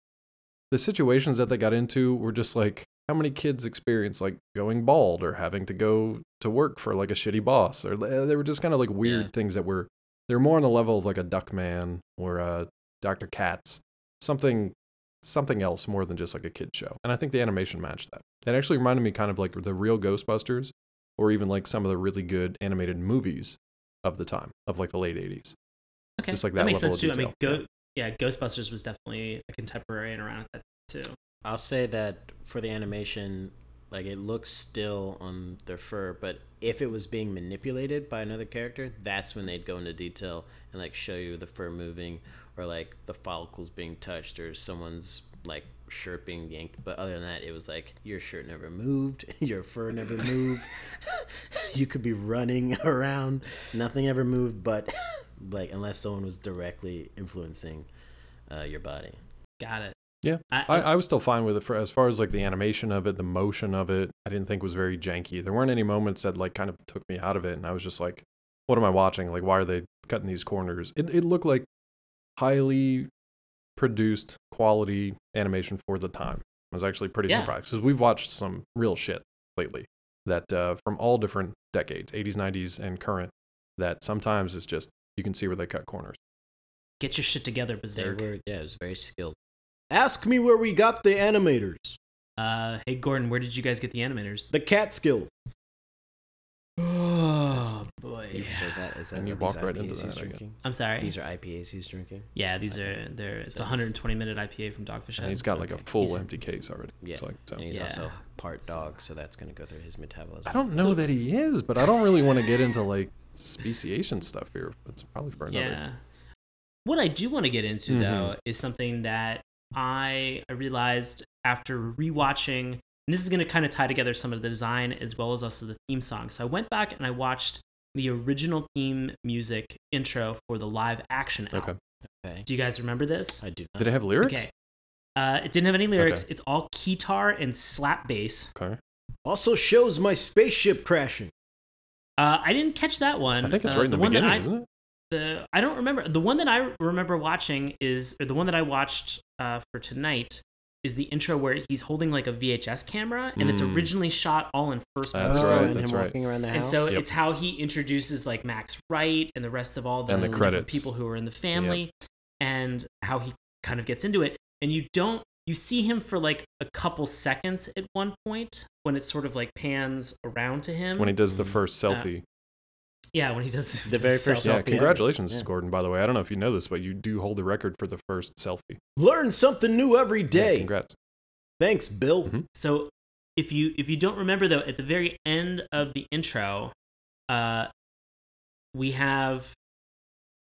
S2: the situations that they got into were just like how many kids experience like going bald or having to go to work for like a shitty boss or uh, they were just kind of like weird
S3: Yeah.
S2: things that were they're more on the level of like a Duckman or a Dr. Katz, something something else more than just like a kid show. And I think the animation matched that. It actually reminded me kind of like the real Ghostbusters or even like some of the really good animated movies of the time of like the late 80s.
S1: Okay,
S2: Just like that
S1: that makes
S2: level
S1: sense
S2: of
S1: too. I mean,
S2: detail.
S1: go yeah. Ghostbusters was definitely a contemporary and around at that too.
S3: I'll say that for the animation, like it looks still on their fur, but if it was being manipulated by another character, that's when they'd go into detail and like show you the fur moving or like the follicles being touched or someone's like shirt being yanked. But other than that, it was like your shirt never moved, your fur never moved. you could be running around, nothing ever moved, but like unless someone was directly influencing uh, your body.
S1: Got it.
S2: Yeah.
S1: I,
S2: I, I was still fine with it for as far as like the animation of it, the motion of it. I didn't think was very janky. There weren't any moments that like kind of took me out of it, and I was just like, "What am I watching? Like, why are they cutting these corners?" It it looked like highly produced quality animation for the time. I was actually pretty
S1: Yeah.
S2: surprised because we've watched some real shit lately that uh, from all different decades, 80s, 90s, and current. That sometimes it's just you can see where they cut corners.
S1: get your shit together,
S3: They
S1: Berserk.
S3: were, yeah, it was very skilled. Ask me where we got the animators.
S1: Uh, hey Gordon, where did you guys get the animators?
S3: The Catskills.
S1: Oh boy.
S3: So is that, is that
S2: And you
S3: what these
S2: walk right into
S3: IPAs
S2: that,
S3: he's
S2: I guess.
S3: drinking?
S1: I'm sorry.
S3: These are IPAs he's drinking.
S1: yeah, these are they're it's a
S3: So-
S1: 120 minute IPA from Dogfish
S2: And
S1: Head.
S2: he's got like a
S3: Okay.
S2: full
S1: He's-
S2: empty case already.
S3: Yeah.
S2: It's like, so.
S3: And he's
S1: Yeah.
S3: also part dog, so that's going to go through his metabolism.
S2: I don't know that he is, but I don't really want to get into like speciation stuff here. It's probably for another.
S1: Yeah. What I do want to get into
S2: Mm-hmm.
S1: though is something that I I realized after rewatching, and this is going to kind of tie together some of the design as well as also the theme song. So I went back and I watched the original theme music intro for the live action album.
S2: Okay.
S3: Okay.
S1: Do you guys remember this?
S3: I do not.
S2: Did it have lyrics?
S1: Okay. Uh, it didn't have any lyrics. It's all guitar and slap bass.
S2: Okay.
S3: Also shows my spaceship crashing.
S1: Uh, I didn't catch that one.
S2: I think it's
S1: Uh,
S2: right in the,
S1: one that
S2: beginning,
S1: I-
S2: isn't it?
S1: the I don't remember the one that I remember watching is or the one that I watched uh, for tonight is the intro where he's holding like a VHS camera and it's
S2: Mm.
S1: originally shot all in first
S2: That's
S1: person.
S2: right,
S3: And
S2: that's
S3: him
S2: right.
S3: walking around the house.
S1: And so
S2: Yep.
S1: it's how he introduces like Max Wright and the rest of all the,
S2: And the
S1: different
S2: credits.
S1: people who are in the family and how he kind of gets into it. And you don't you see him for like a couple seconds at one point when it sort of like pans around to him.
S2: When he does the first
S1: Uh,
S2: selfie.
S1: yeah, when he does
S3: The very first
S2: yeah,
S3: selfie.
S2: congratulations,
S3: Yeah.
S2: Gordon, by the way. I don't know if you know this, but you do hold the record for the first selfie.
S3: Learn something new every
S2: Yeah,
S3: day.
S2: congrats.
S3: Thanks, Bill.
S2: Mhm.
S1: So if you if you don't remember though, at the very end of the intro, uh, we have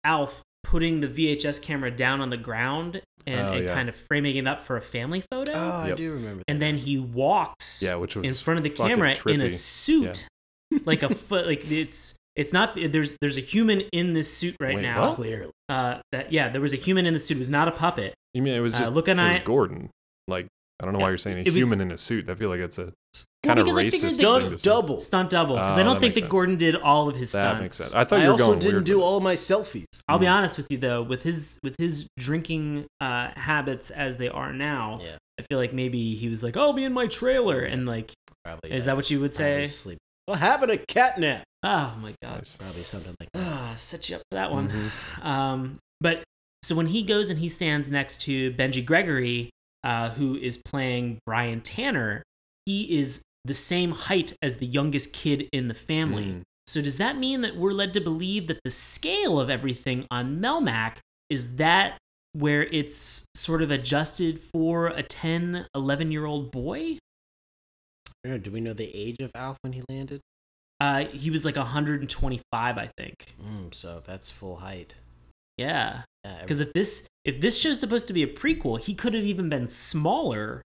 S1: Alf putting the VHS camera down on the ground and,
S2: Oh,
S1: and
S2: yeah.
S1: kind of framing it up for a family photo.
S3: Oh, I
S2: Yep.
S3: do remember that.
S1: and then he walks
S2: Yeah, which was
S1: in front of the
S2: fucking
S1: camera in a
S2: trippy.
S1: suit, like a foot, like it's it's not there's there's a human in this suit right
S2: Wait,
S1: now.
S2: what?
S3: Clearly.
S1: Uh, that yeah, there was a human in the suit. It was not a puppet.
S2: You mean it was
S1: Uh,
S2: just
S1: look
S2: it
S1: and
S2: was
S1: I-
S2: Gordon. Like I don't know
S1: Yeah,
S2: why you're saying a
S1: it was-
S2: human in a suit. I feel like it's a kind of
S1: because I figured they-
S2: racist. thing
S3: Stunt
S2: to say.
S3: double.
S1: Stunt double because
S2: Oh,
S1: I don't
S2: that
S1: think
S2: makes
S1: that
S2: sense.
S1: Gordon did all of his stunts.
S2: That makes sense. I thought
S3: I
S2: you were
S3: also
S2: going
S3: didn't
S2: weird
S3: do
S2: with it.
S3: all my selfies.
S1: I'll be
S2: Mm.
S1: honest with you though, with his with his drinking uh, habits as they are now,
S3: Yeah,
S1: I feel like maybe he was like, "Oh, be in my trailer," and like,
S3: probably.
S1: is that what you would say?
S3: Sleep. Well, having a cat nap.
S1: Oh my god,
S2: Nice. Mm-hmm.
S3: Probably something like that.
S1: ah, set you up for that one. Um, but so when he goes and he stands next to Benji Gregory, uh, who is playing Brian Tanner, he is the same height as the youngest kid in the family.
S2: Mm.
S1: So does that mean that we're led to believe that the scale of everything on Melmac is that where it's sort of adjusted for a 10, 11 year old boy?
S3: Yeah, Do we know the age of Alf when he landed?
S1: Uh, he was like 125, I think.
S3: Mm, so that's full height.
S1: Yeah.
S3: Yeah,
S1: Because if this if this show's supposed to be a prequel, he could have even been smaller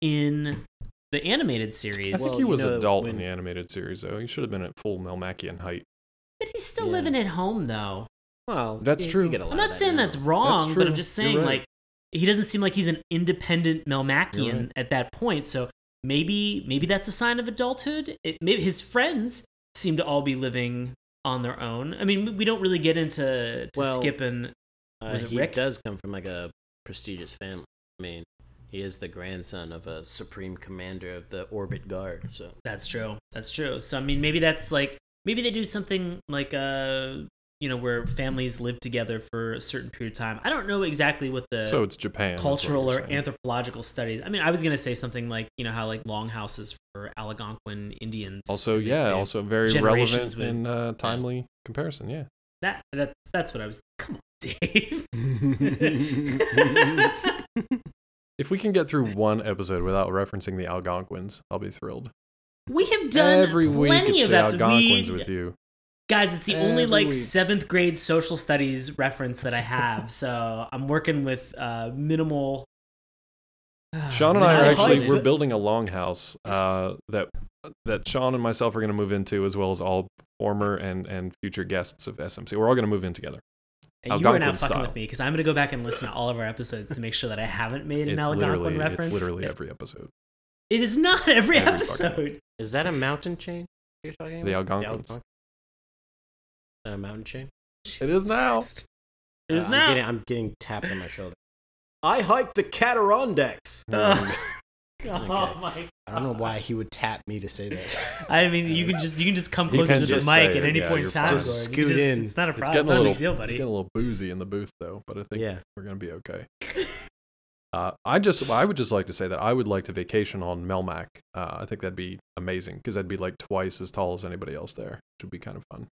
S1: in the animated
S2: I
S1: series.
S2: think
S3: Well,
S2: he
S3: you
S2: was
S3: know,
S2: adult
S3: when-
S2: in the animated series, though. He should have been at full Melmacian height.
S1: but he's still
S3: Yeah.
S1: living at home though.
S3: well,
S2: That's true.
S3: get a lot
S1: I'm
S3: of
S1: not
S3: that
S1: saying
S3: now.
S1: that's wrong,
S2: That's
S1: but
S2: true.
S1: I'm just saying
S2: You're right.
S1: like he doesn't seem like he's an independent Melmacian
S2: You're right.
S1: at that point. So maybe maybe that's a sign of adulthood. It, maybe his friends seem to all be living on their own. I mean, we don't really get into to
S3: Well,
S1: Skip and
S3: Uh,
S1: Was it
S3: he
S1: Rick?
S3: does come from like a prestigious family. I mean, he is the grandson of a supreme commander of the orbit guard. So
S1: That's true. That's true. So I mean, maybe that's like maybe they do something like uh you know, where families live together for a certain period of time. I don't know exactly what the
S2: so it's Japan. is what
S1: cultural
S2: you're
S1: or
S2: saying.
S1: anthropological studies. I mean, I was gonna say something like you know how like longhouses for Algonquin Indians.
S2: Also,
S1: and they-
S2: yeah,
S1: they-
S2: also very
S1: generations
S2: relevant
S1: would-
S2: and uh, timely comparison. Yeah.
S1: that that's that's what I was. Come on, Dave.
S2: If we can get through one episode without referencing the Algonquins, I'll be thrilled.
S1: we have done
S2: Every week
S1: plenty
S2: it's
S1: of
S2: the
S1: epi-
S2: Algonquins
S1: we-
S2: with you.
S1: guys. It's the only
S2: Every
S1: like
S2: week.
S1: seventh grade social studies reference that I have, so I'm working with uh, minimal. Ah,
S2: Sean and I are
S3: man.
S2: actually
S3: Hype.
S2: we're building a longhouse uh, that that Sean and myself are going to move into, as well as all former and and future guests of SMC. We're all going to move in together.
S1: And you are
S2: Algonquin
S1: not fucking
S2: style.
S1: with me because I'm gonna go back and listen to all of our episodes to make sure that I haven't made an
S2: It's
S1: Algonquin
S2: literally
S1: reference.
S2: it's literally every episode.
S1: It is not every,
S2: Every fucking-
S1: episode.
S3: Is that a mountain chain you're talking about?
S2: The Algonquins.
S3: Algonquin? Is that a mountain chain?
S2: It is now.
S1: It is
S3: Uh, I'm
S1: not.
S3: getting, I'm getting tapped on my shoulder. I hiked the Catarondex.
S1: Ugh.
S3: Okay.
S1: Oh my!
S3: I don't know why he would tap me to say that.
S1: I mean, you can just you can just come
S2: You
S1: closer
S2: can
S1: to the
S2: just
S1: mic
S2: say
S1: at
S2: it,
S1: any
S2: yeah,
S1: point in
S2: you're
S1: time.
S2: fine.
S3: Just
S1: You can
S3: scoot in.
S1: It's not a
S2: It's
S1: problem.
S2: getting a little
S1: big deal,
S2: it's
S1: buddy.
S2: getting a little boozy in the booth though, but I think
S3: yeah.
S2: we're gonna be okay. Uh, I just I would just like to say that I would like to vacation on Melmac. Uh, I think that'd be amazing because I'd be like twice as tall as anybody else there, which would be kind of fun.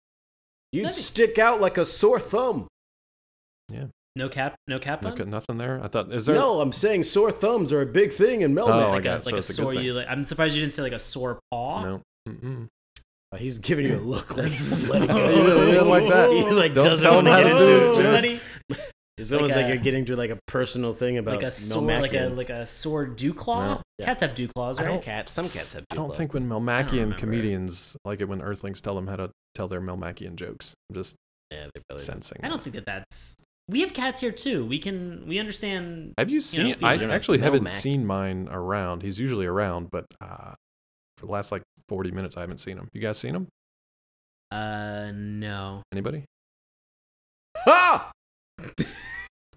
S3: You'd
S1: That'd be-
S3: stick out like a sore thumb.
S1: No cap, no cap.
S2: Look
S1: on?
S2: at nothing there. I thought is there?
S3: No, I'm saying sore thumbs are a big thing in
S2: Oh,
S3: Melmac.
S2: I got it.
S1: like
S2: So
S1: a
S2: it's a good
S1: sore.
S2: thing.
S1: You like, I'm surprised you didn't say like a sore paw.
S2: No. Mm-mm.
S3: He's giving you a look like he's letting
S1: Oh.
S3: go.
S2: You didn't- you didn't like that.
S3: He like
S2: Don't
S3: doesn't
S2: tell him
S3: want
S2: how to
S3: to get
S2: do
S3: into
S2: his
S3: his
S1: Oh, buddy.
S2: jokes.
S3: It's almost
S1: Like
S3: like,
S1: a-
S3: you're getting to like a personal thing about
S1: Like a sore, like a
S3: Melmacians.
S1: like a sore dew claw.
S2: No.
S3: Yeah.
S1: Cats have dew claws,
S3: I
S1: right?
S3: don't cat. Some cats have.
S2: I
S3: dew
S2: don't
S3: claws.
S2: think when
S1: I don't
S2: Melmacian
S1: remember.
S2: comedians like it when Earthlings tell them how to tell their Melmacian jokes. I'm just
S3: Yeah, they probably. Don't.
S2: sensing.
S1: I don't
S2: that.
S1: think that that's. We have cats here too. We can we understand.
S2: Have you seen?
S1: feel
S2: I
S1: general-
S2: actually haven't
S3: Melmac.
S2: seen mine around. He's usually around, but uh, for the last like 40 minutes, I haven't seen him. You guys seen him?
S1: Uh, no.
S2: Anybody?
S3: Ha!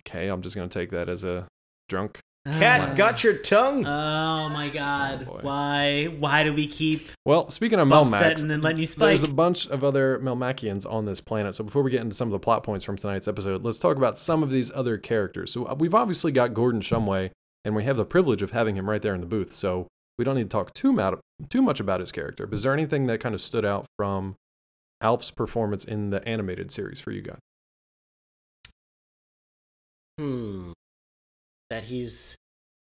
S2: Okay, I'm just gonna take that as a drunk.
S1: Uh,
S3: Cat got your tongue.
S1: Oh my god!
S2: boy.
S1: Why? Why do we keep
S2: Well, speaking of
S1: bump
S2: Melmacs,
S1: setting and letting you spike?
S2: there's a bunch of other Melmacians on this planet. So before we get into some of the plot points from tonight's episode, let's talk about some of these other characters. So uh, we've obviously got Gordon Shumway, and we have the privilege of having him right there in the booth. So we don't need to talk too much too much about his character. But is there anything that kind of stood out from Alf's performance in the animated series for you guys?
S3: Hmm. That he's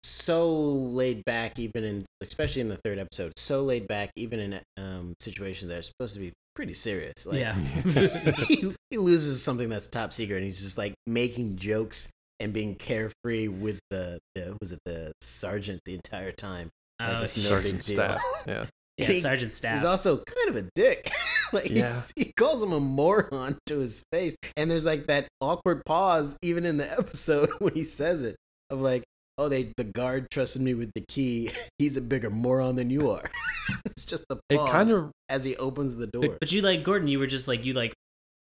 S3: so laid back, even in especially in the third episode, so laid back, even in um, situations that are supposed to be pretty serious. Like,
S1: yeah.
S3: he, he loses something that's top secret, and he's just like making jokes and being carefree with the, the who was it the sergeant the entire time. Like,
S1: Oh,
S3: it's
S1: he-
S3: no
S2: Uh, Sergeant
S3: big deal.
S2: Staff. Yeah.
S1: yeah,
S3: he-
S1: Sergeant Staff.
S3: He's also kind of a dick. like he's, he calls him a moron to his face, and there's like that awkward pause even in the episode when he says it of like, "Oh, they the guard trusted me with the key. He's a bigger moron than you are." it's just the
S2: It
S3: pause
S2: kind of
S3: as he opens the door.
S1: But you like Gordon, you were just like you like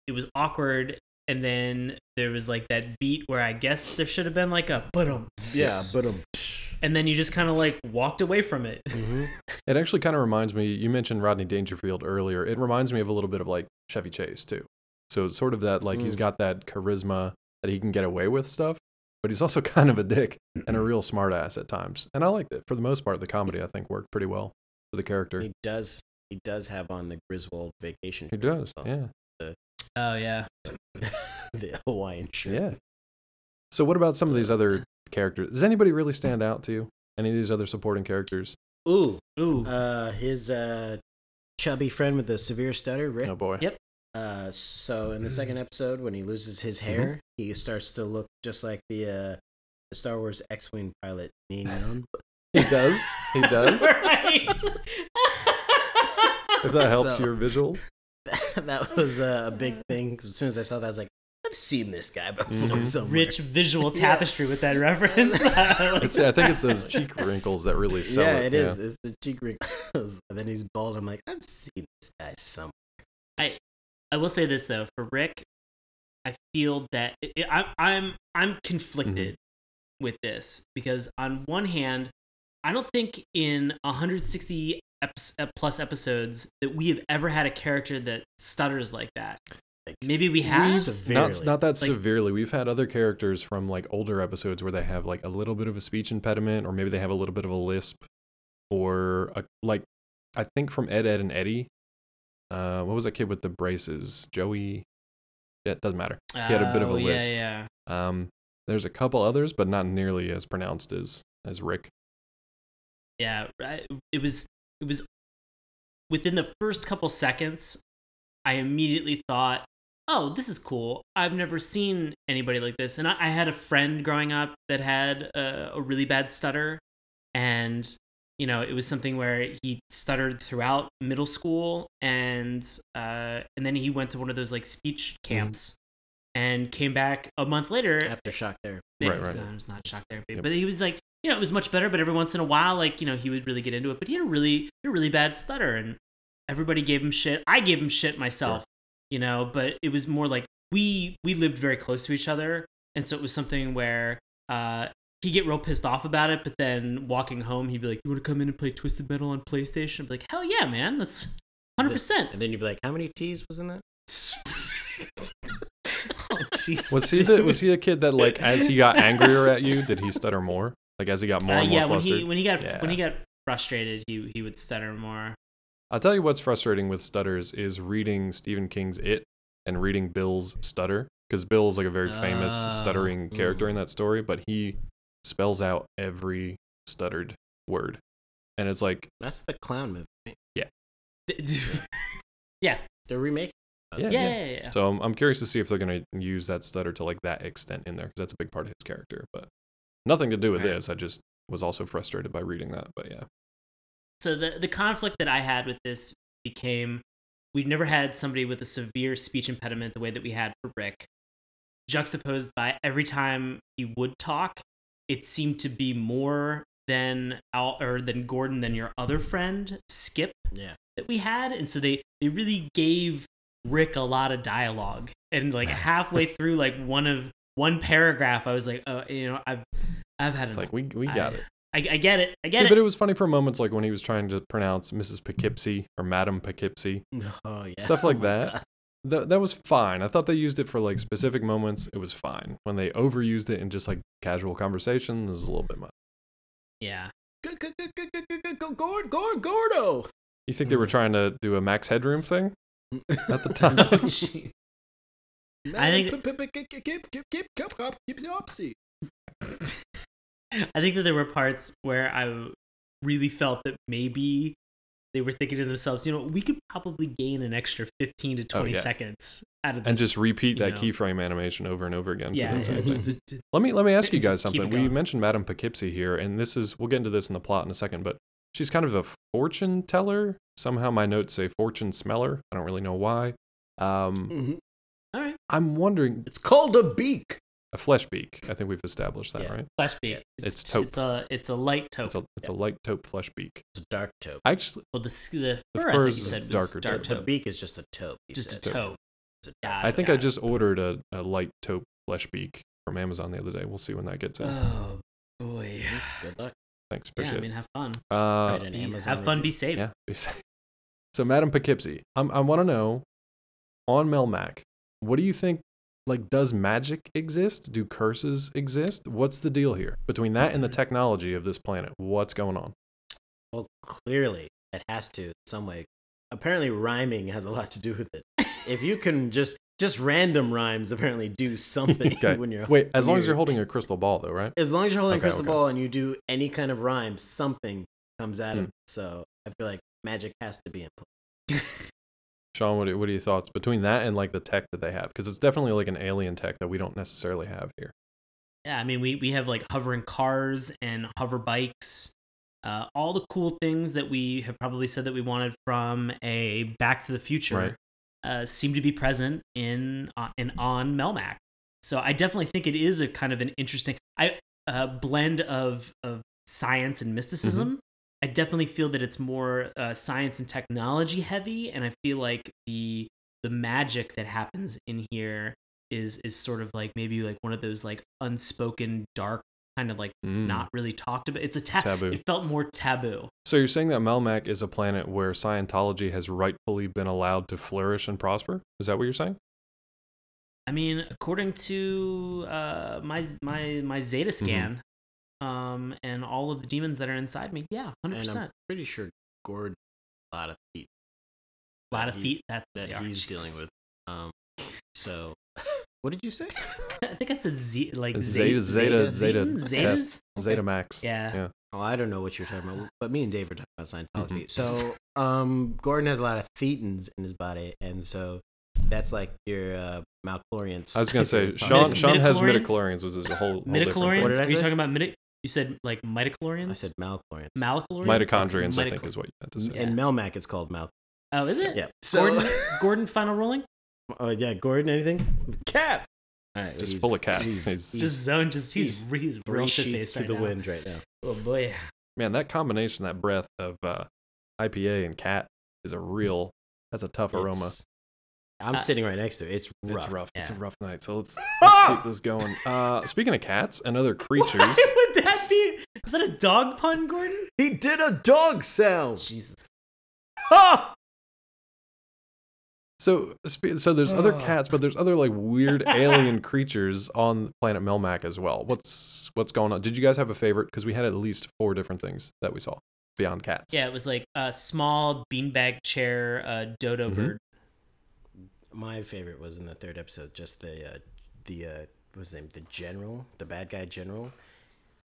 S1: it was awkward and then there was like that beat where I guess there should have been like a but um
S3: yeah, but um,
S1: and then you just kind of like walked away from it.
S2: It actually kind of reminds me. You mentioned Rodney Dangerfield earlier. It reminds me of a little bit of like Chevy Chase too. So it's sort of that like he's
S3: Mm.
S2: got that charisma that he can get away with stuff, but he's also kind of a dick and a real smartass at times. And I liked it for the most part. The comedy I think worked pretty well for the character.
S3: he does. He does have on the Griswold vacation,
S2: He does,
S3: Oh.
S2: yeah,
S1: Oh yeah.
S3: the Hawaiian shirt.
S2: yeah. So what about some of these other characters? Does anybody really stand out to you? Any of these other supporting characters?
S3: Ooh,
S1: Ooh.
S3: uh, his uh, chubby friend with the severe stutter, Rick.
S2: Oh boy,
S1: Yep.
S3: Uh, so in the second episode, when he loses his hair, he starts to look just like the, uh, the Star Wars X-wing pilot Neon.
S2: he does. He does.
S1: Right.
S2: if that helps
S3: So-
S2: your visual.
S3: that was uh, a big thing. 'cause as soon as I saw that, I was like, I've seen this guy before
S2: Mhm.
S3: somewhere.
S1: Rich visual tapestry with that reference.
S2: It's, I think it's those cheek wrinkles that really sell
S3: yeah,
S2: it.
S3: it is. It's the cheek wrinkles. and then he's bald. I'm like, I've seen this guy somewhere.
S1: I will say this though, for Rick, I feel that i I, I'm I'm conflicted
S2: Mm-hmm.
S1: with this because on one hand, I don't think in 160 eps- uh, plus episodes that we have ever had a character that stutters like that.
S3: Like,
S1: Maybe we have.
S3: severely.
S2: Not, not that
S1: Like-
S2: severely. We've had other characters from like older episodes where they have like a little bit of a speech impediment, or maybe they have a little bit of a lisp, or a, like I think from Ed, Ed, and Eddie. Uh, what was that kid with the braces? Joey. Yeah, it doesn't matter. He had a bit of a
S1: Oh,
S2: lisp.
S1: Yeah, yeah.
S2: Um, there's a couple others, but not nearly as pronounced as as Rick.
S1: Yeah, right. It was it was within the first couple seconds, I immediately thought, "Oh, this is cool. I've never seen anybody like this." And I, I had a friend growing up that had a, a really bad stutter, and you know, it was something where he stuttered throughout middle school, and uh, and then he went to one of those like speech camps. And came back a month later
S3: aftershock there.
S1: Maybe
S2: Right,
S1: it's
S2: right.
S1: not- it's not shock therapy,
S2: Yep.
S1: but he was like, you know, it was much better. But every once in a while, like you know, he would really get into it. But he had a really, a really bad stutter, and everybody gave him shit. I gave him shit myself, you know. But it was more like we we lived very close to each other, and so it was something where uh, he'd get real pissed off about it. But then walking home, he'd be like, "You want to come in and play Twisted Metal on PlayStation?" I'd be like, "Hell yeah, man! That's hundred percent."
S3: And then you'd be like, how many T's was in that?
S1: Oh Jesus!
S2: Was he the was he the kid that like as he got angrier at you, did he stutter more? Like as he got more
S1: Uh,
S2: and more
S1: yeah, when
S2: flustered.
S1: he when he got
S2: Yeah.
S1: when he got frustrated, he he would stutter more.
S2: I'll tell you what's frustrating with stutters is reading Stephen King's It and reading Bill's stutter because Bill's like a very famous
S1: Oh,
S2: stuttering character
S3: mm.
S2: in that story, but he spells out every stuttered word, and it's like
S3: That's the clown movie. right?
S1: yeah.
S3: They're remaking.
S2: yeah,
S1: Yeah,
S2: yeah.
S1: yeah, yeah, yeah.
S2: So I'm, I'm curious to see if they're gonna use that stutter to like that extent in there because that's a big part of his character, but nothing to do with
S3: Right.
S2: this. I just was also frustrated by reading that, but yeah,
S1: So the the conflict that I had with this became we've never had somebody with a severe speech impediment the way that we had for Rick. Juxtaposed by every time he would talk, it seemed to be more than Al or than Gordon than your other friend Skip
S3: Yeah.
S1: that we had, and so they they really gave Rick a lot of dialogue. And like halfway through, like one of one paragraph, I was like, oh, you know, I've I've had
S2: it's
S1: enough.
S2: like we we got
S1: I-
S2: it.
S1: I, I get it. I get
S2: See,
S1: it.
S2: but it was funny for moments like when he was trying to pronounce Mrs. Poughkeepsie or Madam Poughkeepsie.
S3: Oh yeah.
S2: Stuff like
S3: my
S2: that.
S3: God.
S2: Th- that was fine. I thought they used it for like specific moments. It was fine. When they overused it in just like casual conversation, it was a little bit much.
S1: yeah.
S3: Go- go- go- go- go- go- go- Gord, Gord, Gordo.
S2: You think
S1: Mm.
S2: they were trying to do a Max Headroom thing at the time?
S1: Oh, gee. I think-
S3: think.
S1: I think that there were parts where I really felt that maybe they were thinking to themselves, you know, we could probably gain an extra 15 to 20
S2: Oh, yeah.
S1: seconds out of this.
S2: and just repeat
S1: you
S2: that
S1: know.
S2: keyframe animation over and over again. for
S1: Yeah.
S2: that same
S1: yeah,
S2: thing.
S1: just- just- just-
S2: Let me let me ask you
S1: Just
S2: guys
S1: keep it
S2: something. We
S1: going.
S2: mentioned Madame Poughkeepsie here, and this is we'll get into this in the plot in a second, but she's kind of a fortune teller. Somehow my notes say fortune smeller. I don't really know why.
S1: Mm.
S2: Um,
S1: all right.
S2: I'm wondering
S3: It's called a beak.
S2: a flesh beak. I think we've established that,
S3: Yeah.
S2: right?
S1: Flash beak.
S2: It's taupe.
S1: It's a, it's a light taupe.
S2: It's a it's a light taupe flesh beak.
S3: It's a dark taupe.
S2: I actually
S1: well, the, s- the
S2: The
S1: fur, I
S2: fur
S1: think
S2: is
S1: you said, was
S2: darker
S1: dark
S2: taupe.
S1: taupe.
S3: The beak is just a taupe. you
S1: Just a
S3: said.
S1: taupe.
S3: It's a
S1: Got
S2: I
S1: it,
S2: think
S1: got
S2: I
S1: it.
S2: just ordered a, a light taupe flesh beak from Amazon the other day. We'll see when that gets in.
S1: Oh, boy.
S3: Good luck.
S2: Thanks,
S1: Yeah, I
S2: appreciate
S1: mean, have fun.
S2: it. Uh,
S3: Right, an
S1: Be-
S3: Amazon
S1: have fun.
S3: review.
S1: Be safe.
S2: yeah. be safe. so, Madam Poughkeepsie, I'm, I want to know on Melmac, what do you think? Like, does magic exist? Do curses exist? What's the deal here between that
S1: Mm-hmm.
S2: and the technology of this planet? What's going on?
S3: Well, clearly it has to in some way. Apparently, rhyming has a lot to do with it. If you can just just random rhymes, apparently do something
S2: Okay.
S3: when
S1: Oh,
S3: you're
S2: Wait, as long as you're
S3: weird.
S2: holding a crystal ball, though, right?
S3: As long as you're holding
S2: Okay,
S3: a crystal
S2: okay.
S3: ball and you do any kind of rhyme, something comes out
S2: Hmm.
S3: of it. So I feel like magic has to be in play.
S2: Sean, what are, what are your thoughts between that and like the tech that they have? Because it's definitely like an alien tech that we don't necessarily have here.
S1: Yeah, I mean, we, we have like hovering cars and hover bikes, uh, all the cool things that we have probably said that we wanted from a Back to the Future uh, seem to be present in uh, and on Melmac. So I definitely think it is a kind of an interesting I uh, blend of of science and mysticism. I definitely feel that it's more uh, science and technology heavy, and I feel like the the magic that happens in here is is sort of like maybe like one of those like unspoken dark kind of like
S2: Mm.
S3: Hmm.
S1: not really talked about. It's a ta-
S2: Taboo.
S1: It felt more taboo.
S2: So you're saying that Melmac is a planet where Scientology has rightfully been allowed to flourish and prosper? Is that what you're saying?
S1: I mean, according to uh, my my my Zeta
S3: Mm-hmm.
S1: scan, um, and all of the demons that are inside me, yeah, hundred
S3: And um, I'm
S1: percent.
S3: pretty sure Gord a lot of feet
S1: A lot
S3: that
S1: of
S3: he's-
S1: feet. That's what
S3: that
S1: they are.
S3: he's dealing with. Um, so what did you say?
S1: I think I said Z, like
S2: Zeta,
S1: Zeta,
S2: Zeta,
S1: Zeta,
S2: Zeta
S1: Zetas.
S2: test. Zeta Max.
S1: Yeah.
S2: Yeah.
S3: Oh, I don't know what you're talking about, but me and Dave are talking about
S2: Mm-hmm.
S3: Scientology. So, um, Gordon has a lot of thetans in his body, and so that's like your uh, malchlorians.
S2: I was gonna say
S3: Midi-
S2: Sean. Sean has
S1: midichlorians?
S2: midichlorians, which is a whole, whole different
S1: Midichlorians?
S2: thing.
S3: What did I
S1: Are you
S3: say?
S1: talking about midi? You said like midichlorians?
S3: I said malchlorians.
S1: malachlorians?
S2: Mitochondrians, I
S1: That's
S2: think, is what you meant to say.
S1: Yeah.
S3: and Melmac is called Malch.
S1: Oh, is it?
S3: Yeah. So,
S1: Gordon, Gordon, final rolling.
S3: oh yeah, Gordon. Anything? Cat. All right,
S2: Just
S3: he's-
S2: full of cats. He's-
S1: Just zone. Just he's
S3: he's
S1: re- he's
S3: three
S1: real
S3: sheets
S1: shit
S3: to the wind right now.
S1: Oh boy.
S2: Man, that combination, that breath of uh, IPA and cat is a real. That's a tough aroma.
S3: It's- I'm
S1: Uh,
S3: sitting right next to it. It's rough.
S2: It's rough. It's a
S1: Yeah.
S2: rough night. So let's, let's keep this going. Uh, speaking of cats and other creatures,
S1: Why would that be? Is that a dog pun, Gordon?
S3: He did a dog sound.
S1: Jesus.
S2: so spe- so there's other
S1: Ugh.
S2: cats, but there's other like weird alien creatures on planet Melmac as well. What's what's going on? Did you guys have a favorite? Because we had at least four different things that we saw beyond cats.
S1: Yeah, it was like a small beanbag chair uh, dodo
S2: Mhm.
S3: Mm-hmm.
S1: bird.
S3: My favorite was in the third episode. Just the uh, the uh, what was his name? The general, the bad guy general,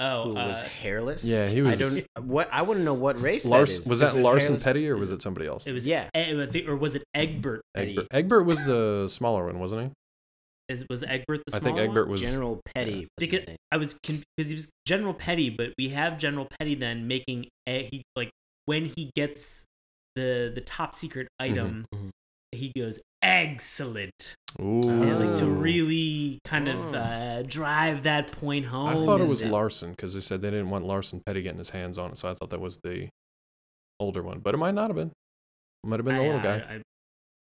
S1: Oh,
S3: who
S1: uh,
S3: was hairless.
S2: Yeah, he
S3: I
S2: was-
S3: don't. What I want to know what race
S2: Lars
S3: that is.
S2: was
S3: This
S2: that
S3: is
S2: Larson
S3: hairless-
S2: Petty or was it somebody else?
S1: it was
S3: yeah.
S1: Eh, I think- or was it Egbert? Petty?
S2: Egbert. Egbert was the smaller one, wasn't he?
S1: Is, was Egbert the
S2: I
S1: small
S2: think
S1: one?
S2: Egbert was
S3: General Petty. was his
S1: Because
S3: name.
S1: I was because he was General Petty, but we have General Petty then making a, he like when he gets the the top secret item,
S3: mhm.
S1: he goes excellent,
S2: Ooh.
S1: yeah, like to
S3: Oh.
S1: really kind of
S3: Oh.
S1: uh, drive that point home.
S2: I thought it
S1: is
S2: was
S1: that-
S2: Larson because they said they didn't want Larson Petty getting his hands on it, so I thought that was the older one. But it might not have been. It might have been the
S1: I-
S2: little guy.
S1: I,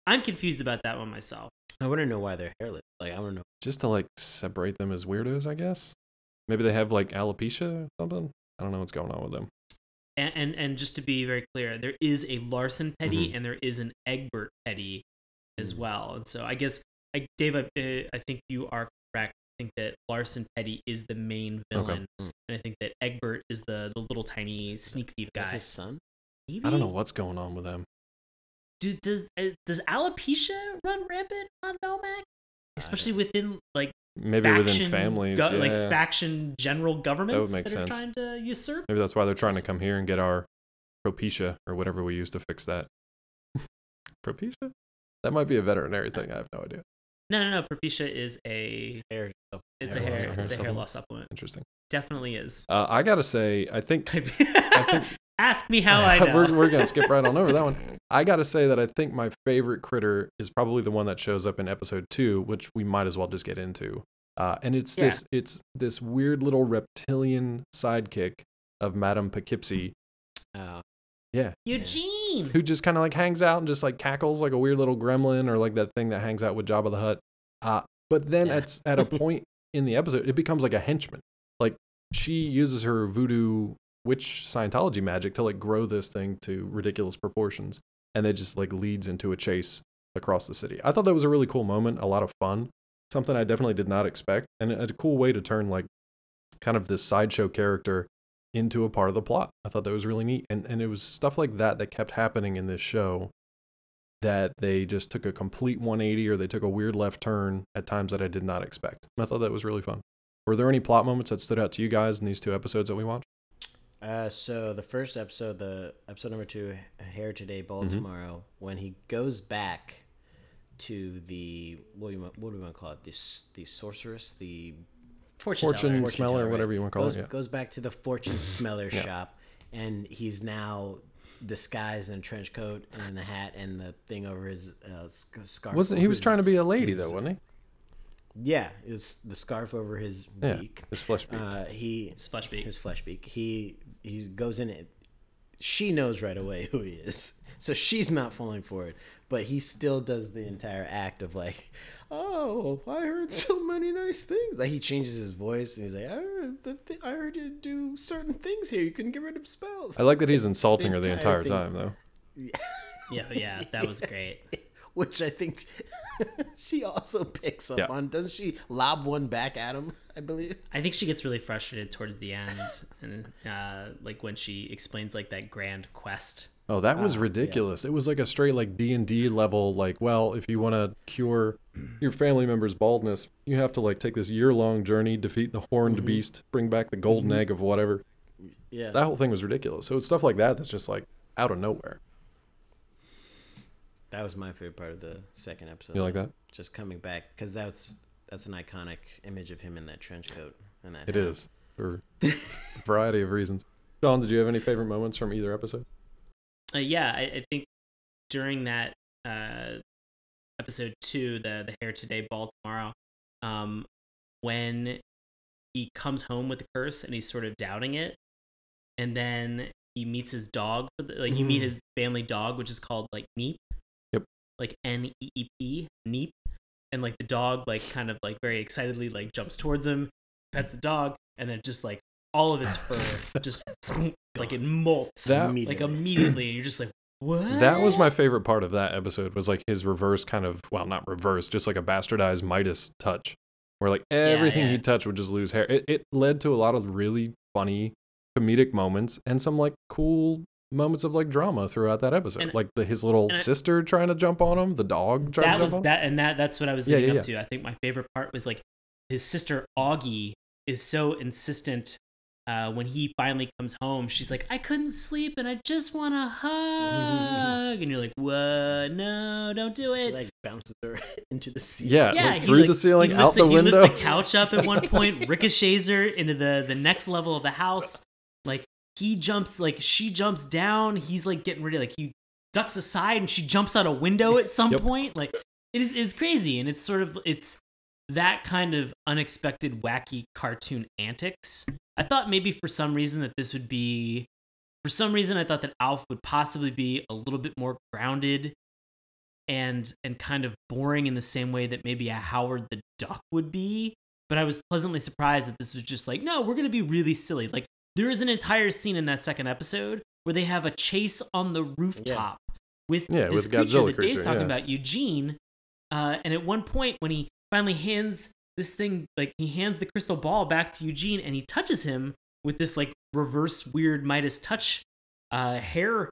S1: I, am confused about that one myself.
S3: I want to know why they're hairless. Like I want to know.
S2: Just to like separate them as weirdos, I guess. Maybe they have like alopecia or something. I don't know what's going on with them.
S1: And, and and just to be very clear, there is a Larson Petty
S2: Mm-hmm.
S1: and there is an Egbert Petty as
S2: Mm.
S3: Mhm.
S1: well. And so I guess I, Dave, I, uh, I think you are correct. I think that Larson Petty is the main
S2: Okay.
S1: villain,
S3: Mm.
S1: and I think that Egbert is the the little tiny sneak thief
S3: That's
S1: guy.
S3: his son.
S1: Maybe?
S2: I don't know what's going on with them.
S1: Do, does uh, does alopecia run rampant on Melmac? Especially within like
S2: Maybe
S1: faction,
S2: within families.
S1: go-
S2: yeah.
S1: like faction general governments
S2: make
S1: that are
S2: sense.
S1: trying to usurp.
S2: Maybe that's why they're trying to come here and get our propecia or whatever we use to fix that. propecia? That might be a veterinary thing. I have no idea.
S1: No, no, no. Propecia is a
S3: Hair. oh,
S1: it's
S2: Hair
S1: a
S2: loss
S1: hair it's a hair
S2: supplement.
S1: loss supplement.
S2: Interesting.
S1: Definitely is.
S2: Uh, I gotta say, I think
S1: Ask me how I know.
S2: we're, we're gonna skip right on over that one. I gotta say that I think my favorite critter is probably the one that shows up in episode two, which we might as well just get into. Uh, and it's
S1: Yeah.
S2: this it's this weird little reptilian sidekick of Madame Poughkeepsie,
S3: uh,
S1: Eugene.
S2: who just kind of like hangs out and just like cackles like a weird little gremlin or like that thing that hangs out with Jabba the Hutt. Uh, but then
S3: Yeah.
S2: at at a point in the episode, it becomes like a henchman. Like she uses her voodoo witch Scientology magic to like grow this thing to ridiculous proportions, and it just like leads into a chase across the city. I thought that was a really cool moment, a lot of fun, something I definitely did not expect, and a a cool way to turn like kind of this sideshow character into a part of the plot. I thought that was really neat. And and it was stuff like that that kept happening in this show that they just took a complete 180 or they took a weird left turn at times that I did not expect. And I thought that was really fun. Were there any plot moments that stood out to you guys in these two episodes that we watched?
S3: Uh, so the first episode, the episode number two, Hair Today, Ball
S2: Mhm.
S3: Tomorrow, when he goes back to the what do you want, what do we want to call it? This the sorceress, the
S1: Fortune,
S2: Fortune,
S1: teller.
S2: smeller,
S3: teller, right?
S2: whatever you want to call
S3: goes,
S2: it. Yeah.
S3: goes back to the fortune smeller
S2: Yeah.
S3: shop, and he's now disguised in a trench coat and in a hat and the thing over his uh, sc- scarf.
S2: Wasn't he
S3: over
S2: was
S3: his-
S2: trying to be a lady
S3: his-
S2: though, wasn't he?
S3: Yeah, it was the scarf over his
S2: Yeah.
S3: beak.
S2: His flesh beak.
S3: Uh, he
S1: Splashbeak.
S3: his flesh beak. He he goes in it. She knows right away who he is, so she's not falling for it. But he still does the entire act of like, "Oh, I heard so many nice things." Like he changes his voice and he's like, "I heard, the th- I heard you do certain things here. You can get rid of spells."
S2: I like that he's insulting her the
S3: entire
S2: entire time
S3: thing.
S2: though.
S1: Yeah, yeah, that was great.
S3: Which I think she also picks up
S2: Yeah.
S3: on. Doesn't she lob one back at him? I believe.
S1: I think she gets really frustrated towards the end, and uh, like when she explains like that grand quest.
S2: Oh, that was
S3: Ah,
S2: ridiculous. It was like a straight like D&D level like, well, if you want to cure your family member's baldness, you have to like take this year-long journey, defeat the horned beast, bring back the golden egg of whatever.
S3: Yeah.
S2: That whole thing was ridiculous. So it's stuff like that that's just like out of nowhere.
S3: That was my favorite part of the second episode.
S2: You like that?
S3: Just coming back because that's that's an iconic image of him in that trench coat and that.
S2: It
S3: hat.
S2: is for a variety of reasons. Sean, did you have any favorite moments from either episode?
S1: Uh, yeah, I, I think during that uh, episode two, the the hair today, ball tomorrow, um, when he comes home with the curse and he's sort of doubting it, and then he meets his dog. for the- Like you meet
S3: Mhm.
S1: his family dog, which is called like Neep.
S2: Mm. Yep.
S1: Like N E E P Neep, and like the dog like kind of like very excitedly like jumps towards him, pets the dog, and then just like all of its fur just like it molts
S2: That-
S1: like
S3: Immediately.
S1: immediately you're just like what
S2: That was my favorite part of that episode was like his reverse kind of well not reverse just like a bastardized Midas touch where like everything
S1: yeah.
S2: he touched would just lose hair. It, it led to a lot of really funny comedic moments and some like cool moments of like drama throughout that episode.
S1: And-
S2: like the his little
S1: and I-
S2: sister trying to jump on him, the dog trying to
S1: that
S2: jump
S1: was
S2: on. him.
S1: that and that that's what i was
S2: Yeah,
S1: leading
S2: yeah,
S1: up to i think my favorite part was like his sister augie is so insistent uh, when he finally comes home she's like i couldn't sleep and i just want to hug and you're like whoa no don't do
S3: He
S1: it
S3: like bounces her into the sea.
S2: yeah,
S1: yeah,
S2: like,
S1: he,
S2: through
S1: like-
S2: the ceiling,
S1: he
S2: out
S1: lifts,
S2: the
S1: he
S2: window.
S1: lifts a couch up at one point, ricochets her into the the next level of the house. Like he jumps, like she jumps down. He's like getting ready, like he ducks aside, and she jumps out a window at some
S2: Yep.
S1: point. Like it is is crazy, and it's sort of it's that kind of unexpected, wacky cartoon antics. I thought maybe for some reason that this would be. For some reason, I thought that Alf would possibly be a little bit more grounded and and kind of boring in the same way that maybe a Howard the Duck would be. But I was pleasantly surprised that this was just like, no, we're gonna be really silly. Like there is an entire scene in that second episode where they have a chase on the rooftop with
S2: Yeah,
S1: this
S2: with
S1: creature
S2: Godzilla
S1: that Dave's
S2: creature,
S1: talking
S2: yeah.
S1: about, Eugene. Uh, and at one point when he finally hands this thing, like he hands the crystal ball back to Eugene and he touches him with this like reverse weird Midas touch uh, hair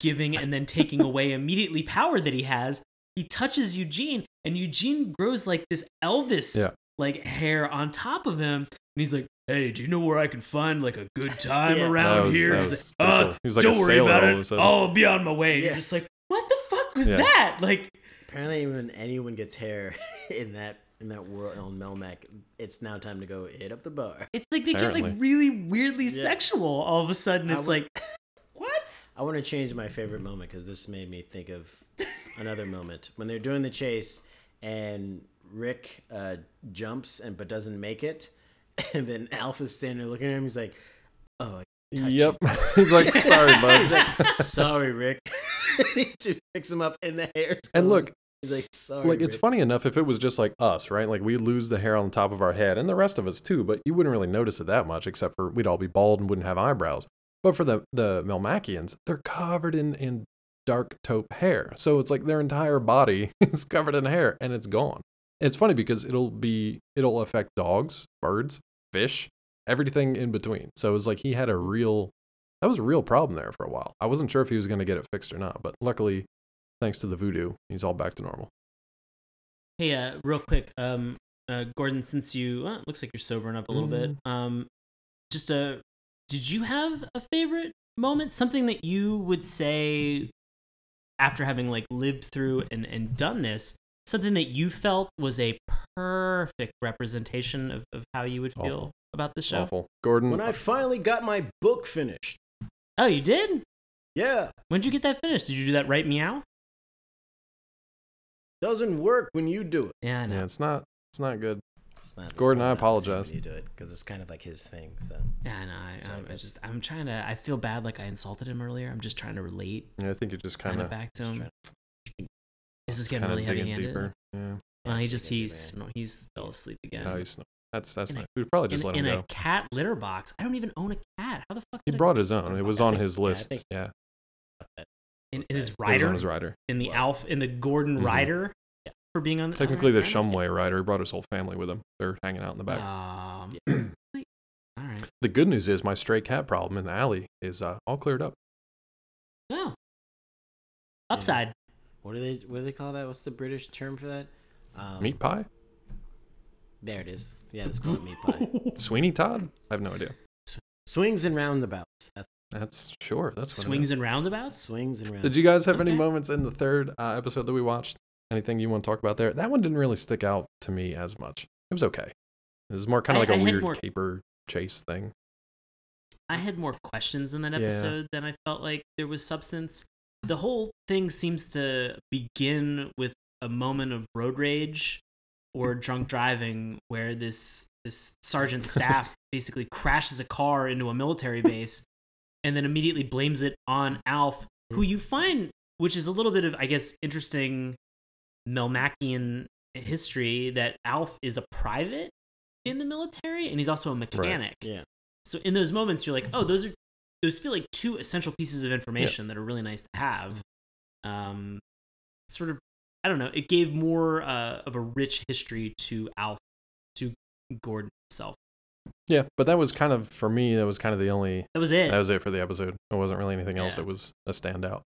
S1: giving and then taking away immediately power that he has. He touches Eugene, and Eugene grows like this Elvis
S2: Yeah.
S1: like hair on top of him, and he's like, "Hey, do you know where I can find like a good time
S3: Yeah.
S2: That
S1: around
S2: was-
S1: here?"
S2: that
S1: He's
S2: was
S1: like,
S2: pretty
S1: "Uh,
S2: cool. He was like a
S1: don't worry
S2: sailor
S1: about
S2: all of a
S1: it.
S2: sudden.
S1: I'll be on my way. And You're
S3: Yeah.
S1: just like, what the fuck was
S2: Yeah.
S1: that? Like,
S3: Apparently, when anyone gets hair in that in that world on Melmac, it's now time to go hit up the bar.
S1: it's like they get like
S2: Apparently.
S1: really weirdly
S3: Yeah.
S1: sexual all of a sudden.
S3: I
S1: It's
S3: would-
S1: like, what?
S3: I want to change my favorite moment because this made me think of another moment when they're doing the chase and Rick uh, jumps and but doesn't make it, and then Alf is standing there looking at him. He's like, "Oh, touch
S2: Yep. He's like, sorry,
S3: he's
S2: bud.
S3: like, sorry, Rick." to picks him up and the hair.
S2: And look,
S3: he's like, "Sorry."
S2: like it's
S3: Rick."
S2: funny enough if it was just like us right like we lose the hair on top of our head and the rest of us too but you wouldn't really notice it that much except for we'd all be bald and wouldn't have eyebrows but for the the melmacians they're covered in in dark taupe hair so it's like their entire body is covered in hair and it's gone it's funny because it'll be it'll affect dogs birds fish everything in between so it's like he had a real that was a real problem there for a while i wasn't sure if he was going to get it fixed or not but luckily thanks to the voodoo he's all back to normal
S1: Hey, uh, real quick, um, uh, Gordon, since you uh, looks like you're sobering up a little bit, um, just uh, did you have a favorite moment? Something that you would say after having like lived through and and done this? Something that you felt was a perfect representation of, of how you would feel
S2: Awful.
S1: about the show.
S2: Awful. Gordon. uh,
S3: when I finally got my book finished.
S1: Oh, you did?
S3: Yeah,
S1: When did you get that finished? Did you do that right meow?
S3: doesn't work when you do it.
S1: Yeah, I know.
S2: yeah, it's not it's not good.
S3: It's not- it's
S2: Gordon, I
S3: probably not the same
S2: apologize.
S3: When you do it because it's kind of like his thing. So
S1: Yeah, I know. I,
S3: Sorry,
S1: I'm, I
S3: guys.
S1: just I'm trying to. I feel bad like I insulted him earlier. I'm just trying to relate
S2: Yeah, I think you just
S1: kind
S2: kind
S1: of
S2: of
S1: back to
S3: just
S1: him.
S3: trying
S1: This is getting
S2: kind
S1: really
S2: of
S1: heavy
S2: digging
S1: handed.
S2: deeper. Yeah.
S1: Well, he just
S3: Digging
S1: he
S3: deeper.
S1: sno- he's fell asleep again.
S2: No, he's not. That's that's
S1: In a-
S2: nice. We probably just
S1: in
S2: let him
S1: in
S2: go.
S1: a cat litter box. I don't even own a cat. How the fuck?
S2: He
S1: did I-
S2: brought his own. It was
S3: I
S2: on
S3: think-
S2: his
S3: yeah, I
S2: list.
S3: think-
S2: Yeah.
S1: in, in his
S2: It was
S1: rider
S2: on his rider.
S1: in the
S3: Wow.
S1: Alf in the Gordon
S2: Mhm.
S1: rider for being on.
S2: Technically, the
S1: Alright, fair enough.
S2: Shumway rider he brought his whole family with him. They're hanging out in the back.
S1: Ah.
S3: Um,
S1: All right.
S2: The good news is my stray cat problem in the alley is uh, all cleared up.
S1: No. Upside.
S3: what do they what do they call that? What's the British term for that?
S1: Oh.
S3: Um,
S2: Meat pie?
S3: There it is. Yeah, let's call it meat pie.
S2: Sweeney Todd? I have no idea.
S3: Swings and roundabouts. That's
S2: That's sure. That's what it
S1: Swings
S2: is.
S1: and roundabouts.
S3: swings and roundabouts.
S2: Did you guys have any
S1: Okay.
S2: moments in the third uh, episode that we watched? Anything you want to talk about there? That one didn't really stick out to me as much. It was okay. It was more kind
S1: I-
S2: of like
S1: I
S2: a
S1: had
S2: weird
S1: more-
S2: caper chase thing.
S1: I had more questions in that
S2: Yeah.
S1: episode than I felt like there was substance. The whole thing seems to begin with a moment of road rage or drunk driving where this this sergeant staff basically crashes a car into a military base and then immediately blames it on Alf, who you find which is a little bit of I guess interesting Melmacian history that Alf is a private in the military and he's also a mechanic.
S3: Yeah.
S1: So in those moments, you're like, oh, those are those feel like two essential pieces of information that are really nice to have. Um, sort of, I don't know. It gave more uh, of a rich history to Alf, to Gordon himself.
S2: Yeah, but that was kind of for me. That was kind of the only
S1: That was it.
S2: That was it for the episode. It wasn't really anything else
S1: Yeah.
S2: that was a standout.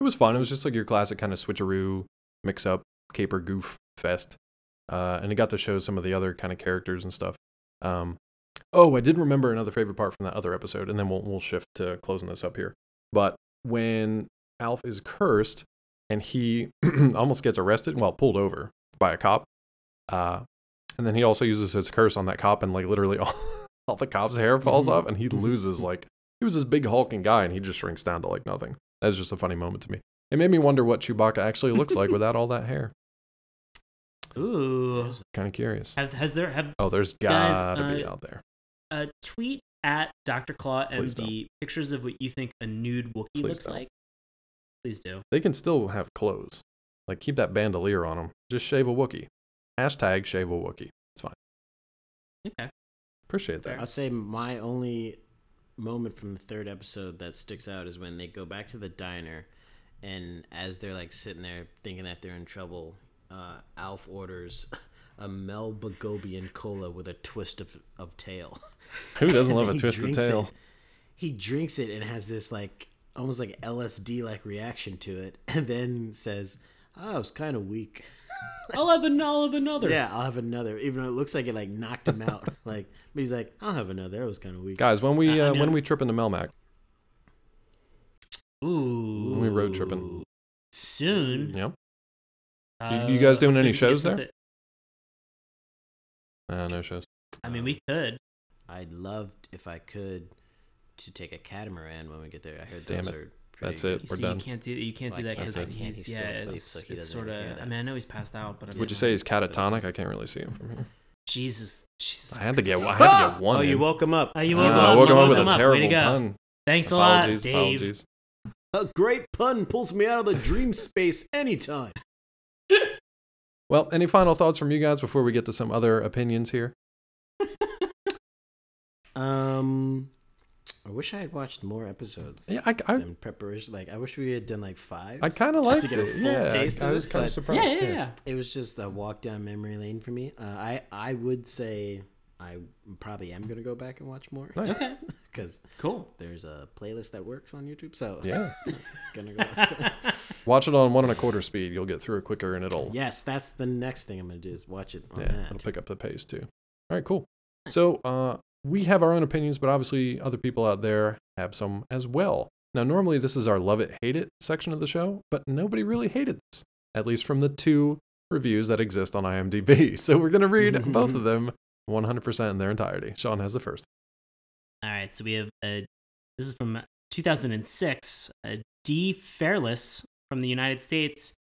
S2: It was fun. It was just like your classic kind of switcheroo, mix up, caper goof fest. Uh, and it got to show some of the other kind of characters and stuff. Um, oh, I did remember another favorite part from that other episode, and then we'll, we'll shift to closing this up here. But when Alf is cursed and he almost gets arrested, well, pulled over by a cop. Uh, and then he also uses his curse on that cop, and like literally all, all the cop's hair falls off, and he loses like he was this big hulking guy and he just shrinks down to like nothing. That was just a funny moment to me. It made me wonder what Chewbacca actually looks like without all that hair.
S1: Ooh,
S2: Kind of curious.
S1: have, has there have
S2: Oh, there's
S1: Guys,
S2: gotta be
S1: uh,
S2: out there.
S1: a tweet at Dr. Claw
S2: Please
S1: MD pictures of what you think a nude Wookiee
S2: Please
S1: looks
S2: don't.
S1: like? Please do.
S2: They can still have clothes. Like keep that bandolier on them. Just shave a Wookie. Hashtag shave a Wookie. It's fine.
S1: Okay.
S2: Appreciate
S1: Fair.
S2: that.
S3: I'll say my only moment from the third episode that sticks out is when they go back to the diner, and as they're like sitting there thinking that they're in trouble, uh, Alf orders a Mel Bogobian cola with a twist of, of tail.
S2: Who doesn't love
S3: And
S2: a
S3: he
S2: twisted
S3: drinks it.
S2: tail?
S3: He drinks it and has this like almost like LSD like reaction to it, and then says, "Oh, it's kind of weak."
S1: I'll have an I'll have another.
S3: Yeah, I'll have another. Even though it looks like it like knocked him out, like but he's like, "I'll have another." It was kind of weak.
S2: Guys, when we
S1: I- I
S2: uh,
S1: know.
S2: when we trip into Melmac,
S1: Ooh.
S2: when we road tripping.
S1: Soon.
S2: Yeah. You- you guys
S1: Uh,
S2: doing any
S1: maybe
S2: shows
S1: Gibson's
S2: there?
S1: it.
S2: Uh, no shows.
S1: I mean, we could.
S3: I'd love if I could to take a catamaran when we get there. I heard
S2: Damn
S3: those
S2: it.
S3: are pretty
S2: That's it.
S1: You
S2: We're
S1: see,
S2: done.
S1: you can't do you can't do
S3: Well, I
S1: that because
S3: can't
S2: do that.
S1: he's,
S3: He can't. He
S1: yeah,
S3: still
S1: it's,
S3: sleeps, so he
S1: it's
S3: doesn't
S1: sort
S3: hear
S1: of. I
S3: that.
S1: mean, I know he's passed out, but I mean,
S2: Would you
S3: Yeah.
S2: say he's catatonic?
S3: That's-
S2: I can't really see him from here.
S1: Jesus, Jesus.
S2: I had to get
S1: Christ.
S2: I had to get one.
S3: Oh, you
S2: in.
S3: woke him up.
S1: Oh, you
S2: Ah,
S1: woke him
S2: I
S1: up.
S2: woke him
S1: woke
S2: up with
S1: him
S2: a
S1: up. Way to
S2: terrible
S1: go.
S2: pun.
S1: Thanks a lot,
S2: apologies,
S1: Dave.
S2: apologies.
S3: A great pun pulls me out of the dream space anytime.
S2: Well, any final thoughts from you guys before we get to some other opinions here?
S3: Um, I wish I had watched more episodes.
S2: Yeah, I, I,
S3: In preparation, like I wish we had done like five.
S2: I kind of liked
S3: get a
S2: it.
S3: full
S2: Yeah,
S3: taste
S2: I, I
S3: of
S2: was
S3: it,
S2: kind
S3: but-
S2: of
S1: Yeah,
S2: surprised.
S1: yeah, yeah.
S3: it was just a walk down memory lane for me. Uh, I I would say I probably am gonna go back and watch more
S2: Nice.
S1: Okay,
S3: because
S1: cool.
S3: there's a playlist that works on YouTube. So
S2: Yeah.
S3: gonna go watch that.
S2: Watch it on one and a quarter speed. You'll get through it quicker, and it'll
S3: Yes, that's the next thing I'm gonna do is watch it on
S2: yeah, it'll
S3: that.
S2: pick up the pace too. All right, cool. So uh, we have our own opinions, but obviously other people out there have some as well. Now, normally this is our love it, hate it section of the show, but nobody really hated this, at least from the two reviews that exist on IMDb. So we're gonna read both of them 100% in their entirety. Sean has the first.
S1: All right, so we have a. This is from 2006. A D. Fairless from the United States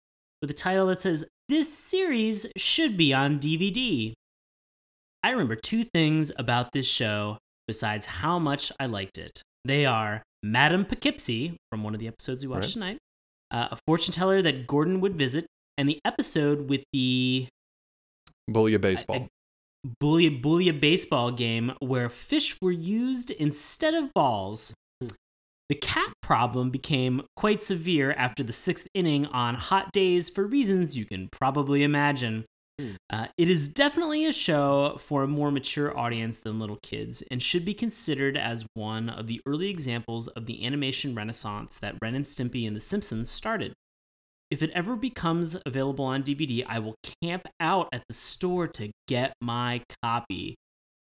S1: with a title that says "This series should be on DVD." I remember two things about this show besides how much I liked it. They are Madame Poughkeepsie from one of the episodes we watched
S2: Right.
S1: tonight, uh, a fortune teller that Gordon would visit, and the episode with the
S2: Bullia baseball.
S1: Bullia Bullia baseball game where fish were used instead of balls. The cat problem became quite severe after the sixth inning on hot days for reasons you can probably imagine. Uh, it is definitely a show for a more mature audience than little kids and should be considered as one of the early examples of the animation renaissance that Ren and Stimpy and The Simpsons started. If it ever becomes available on DVD, I will camp out at the store to get my copy.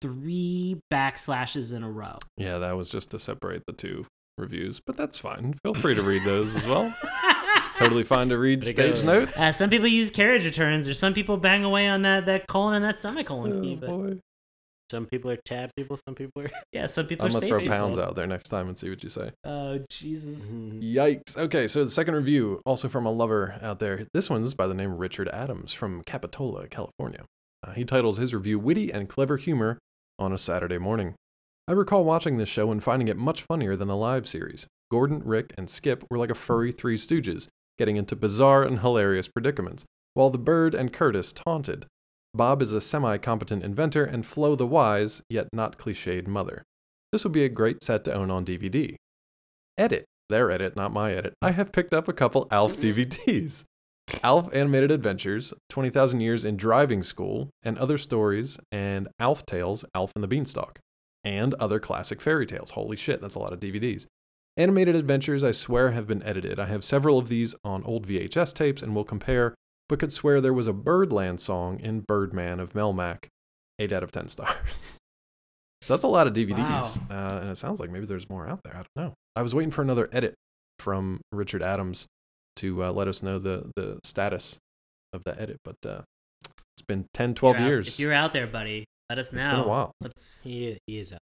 S1: Three backslashes in a row.
S2: Yeah, that was just to separate the two reviews, but that's fine. Feel free to read those as well. It's totally fine to read
S3: There you
S2: stage
S3: go.
S2: notes.
S1: Uh, some people use carriage returns, or some people bang away on that, that colon and that semicolon key.
S2: Oh,
S1: But
S2: boy.
S3: Some people are tab people. Some people are.
S1: yeah, some people
S2: I'm
S1: are
S2: gonna throw
S1: space
S2: pounds
S1: people.
S2: out there next time and see what you say.
S1: Oh Jesus!
S2: Mm-hmm. Yikes. Okay, so the second review, also from a lover out there. This one's by the name Richard Adams from Capitola, California. Uh, he titles his review Witty and Clever Humor on a Saturday Morning. I recall watching this show and finding it much funnier than the live series. Gordon, Rick, and Skip were like a furry Three Stooges, getting into bizarre and hilarious predicaments, while the bird and Curtis taunted. Bob is a semi competent inventor, and Flo the wise, yet not cliched mother. This would be a great set to own on DVD edit, their edit, not my edit, I have picked up a couple ALF DVDs. ALF Animated Adventures, 20,000 Years in Driving School, and Other Stories, and ALF Tales, ALF and the Beanstalk, and other classic fairy tales. Holy shit, that's a lot of DVDs. Animated Adventures, I swear, have been edited. I have several of these on old VHS tapes and will compare, but could swear there was a Birdland song in Birdman of Melmac. 8 out of 10 stars. So that's a lot of DVDs. Uh, and it sounds like maybe there's more out there. I don't know. I was waiting for another edit from Richard Adams to uh, let us know the, the status of the edit, but uh, it's been 10, 12
S1: You're out-
S2: years.
S1: If you're out there, buddy, let us know.
S2: It's been a while.
S1: Let's.
S3: He, he is out.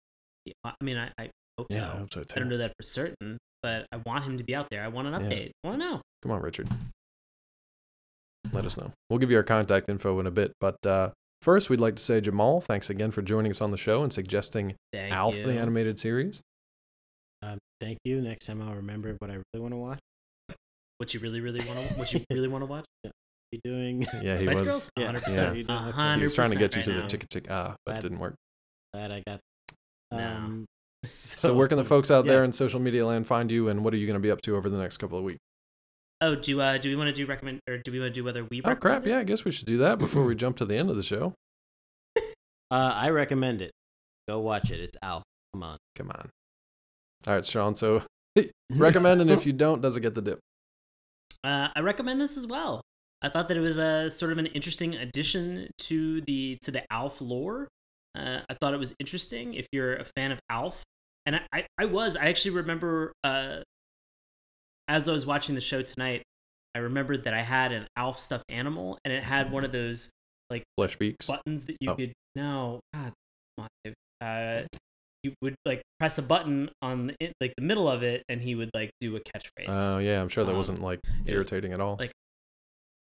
S1: I mean, I, I hope
S2: Yeah, I
S1: so.
S2: hope so
S1: I don't
S2: too.
S1: know that for certain, but I want him to be out there. I want an
S2: Yeah.
S1: update. I want to know.
S2: Come on, Richard. Let us know. We'll give you our contact info in a bit. But uh, first, we'd like to say, Jamal, thanks again for joining us on the show and suggesting
S1: Thank
S2: Alf,
S1: you.
S2: the animated series.
S3: Um, thank you. Next time I'll remember what I really want to watch.
S1: What you really, really want to? What you really want to watch?
S3: Be doing
S2: Yeah, he
S1: Spice
S2: was.
S1: Girls.
S3: Yeah.
S1: 100.
S3: Yeah.
S1: percent
S2: He
S1: hundred
S2: was trying to get you to the
S1: now.
S2: chicka chick ah, but it
S3: Bad.
S2: didn't work.
S3: that I got.
S1: No.
S3: Um,
S2: So, where can the folks out there
S3: yeah.
S2: in social media land find you, and what are you going to be up to over the next couple of weeks?
S1: Oh, do uh, do we want to do recommend or do we want to do whether we?
S2: Oh crap!
S1: recommend it?
S2: Yeah, I guess we should do that before we jump to the end of the show.
S3: Uh, I recommend it. Go watch it. It's out. Come on.
S2: Come on. All right, Sean. So recommend, and if you don't, doesn't get the dip.
S1: Uh, I recommend this as well. I thought that it was a sort of an interesting addition to the to the Alf lore. Uh, I thought it was interesting if you're a fan of Alf, and I I, I was. I actually remember uh, as I was watching the show tonight, I remembered that I had an Alf stuffed animal, and it had one of those
S2: Flesh beaks.
S1: buttons that you
S2: Oh. Eh.
S1: could no god come on, Dave. uh you would like press a button on the, it- like the middle of it and he would like do a catchphrase
S2: Oh yeah, I'm sure that
S1: Um,
S2: wasn't like
S1: it-
S2: irritating at all.
S1: like-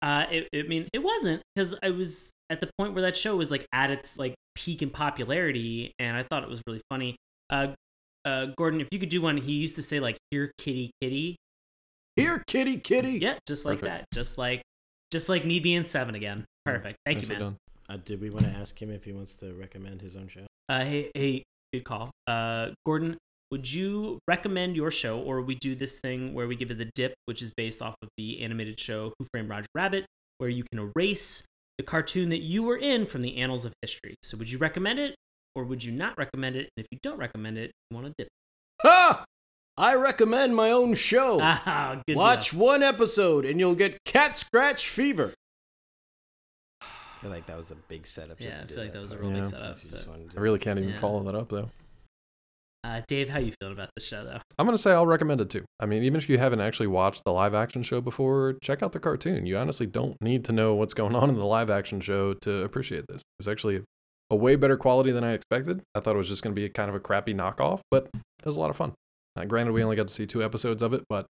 S1: uh it, i mean it wasn't because i was at the point where that show was like at its like peak in popularity and i thought it was really funny uh uh gordon if you could do one he used to say like here kitty kitty
S3: Here, kitty, kitty.
S1: yeah just like
S2: Hmm. Perfect. Hmm.
S1: that just like just like me being seven again perfect thank
S2: Nicely
S1: you man
S2: done.
S3: Uh, do we want to ask him if he wants to recommend his own show?
S1: Uh, hey, hey, good call. Uh, Gordon, would you recommend your show, or we do this thing where we give it the dip, which is based off of the animated show Who Framed Roger Rabbit, where you can erase the cartoon that you were in from the annals of history. So, would you recommend it, or would you not recommend it? And if you don't recommend it, you want to dip.
S3: Ha! I recommend my own show.
S1: Ah, good
S3: Oh, Watch
S1: deal.
S3: one episode and you'll get cat scratch fever. I feel like that was a big setup.
S1: Yeah,
S3: Just
S1: I
S3: to do
S1: feel like that was a
S3: part.
S1: real big
S2: Yeah.
S1: setup.
S3: Unless you just
S1: but-
S3: wanted to
S2: I really can't even
S1: Yeah.
S2: follow that up though.
S1: Uh, Dave, how you feeling about this show, though?
S2: I'm gonna say I'll recommend it too. I mean, even if you haven't actually watched the live action show before, check out the cartoon. You honestly don't need to know what's going on in the live action show to appreciate this. It was actually a way better quality than I expected. I thought it was just gonna be a kind of a crappy knockoff, but it was a lot of fun. Uh, granted, we only got to see two episodes of it, but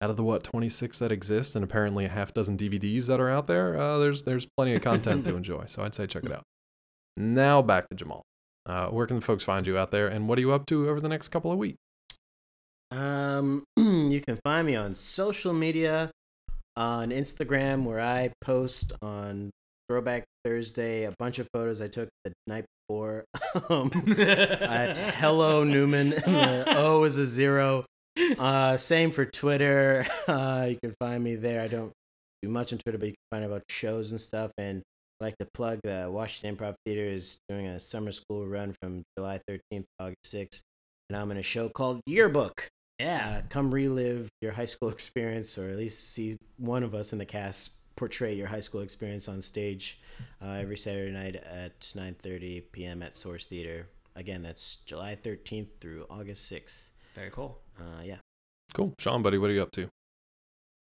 S2: out of the what 26 that exist, and apparently a half dozen DVDs that are out there, uh, there's there's plenty of content to enjoy. So I'd say check it out. Now back to Jamal. Uh, where can the folks find you out there, and what are you up to over the next couple of weeks? e-
S3: Um, you can find me on social media, on Instagram, where I post on Throwback Thursday a bunch of photos I took the night before. um, at Hello Newman, and the O is a zero. Uh, same for Twitter. Uh, you can find me there. I don't do much on Twitter, but you can find out about shows and stuff. And I'd like to plug the Washington Improv Theater is doing a summer school run from July 13th to August 6th. And I'm in a show called Yearbook.
S1: yeah.
S3: Uh, come relive your high school experience, or at least see one of us in the cast portray your high school experience on stage uh, every Saturday night at 9:30 p.m. at Source Theater. Again, that's July 13th through August 6th.
S1: Very cool.
S3: Uh, yeah.
S2: Cool. Sean, buddy, what are you up to?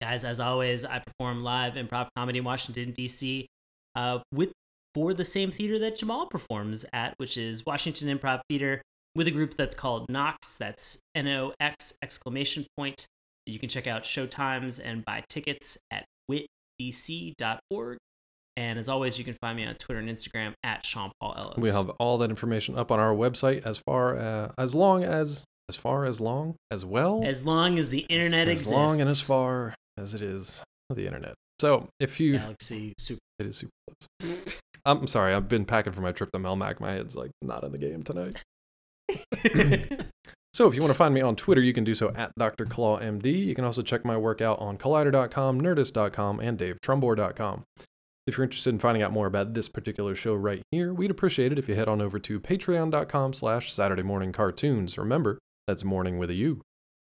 S1: Guys, as always, I perform live improv comedy in Washington, D.C. Uh, with for the same theater that Jamal performs at, which is Washington Improv Theater, with a group that's called Knox. That's N O X exclamation point. You can check out showtimes and buy tickets at witdc.org. And as always, you can find me on Twitter and Instagram at Sean Paul Ellis.
S2: We have all that information up on our website as far uh, as long as as far as long as well
S1: as long as the internet
S2: as
S1: exists.
S2: long and as far as it is the internet. So if you
S3: Galaxy Super.
S2: it is super close. I'm sorry, I've been packing for my trip to Melmac. My head's like not in the game tonight. So if you want to find me on Twitter, you can do so at Dr. Claw MD. You can also check my work out on collider.com, nerdist.com, and davetrumbore.com. If you're interested in finding out more about this particular show right here, we'd appreciate it if you head on over to patreon.com slash Saturday Morning Cartoons. Remember, that's morning with a U.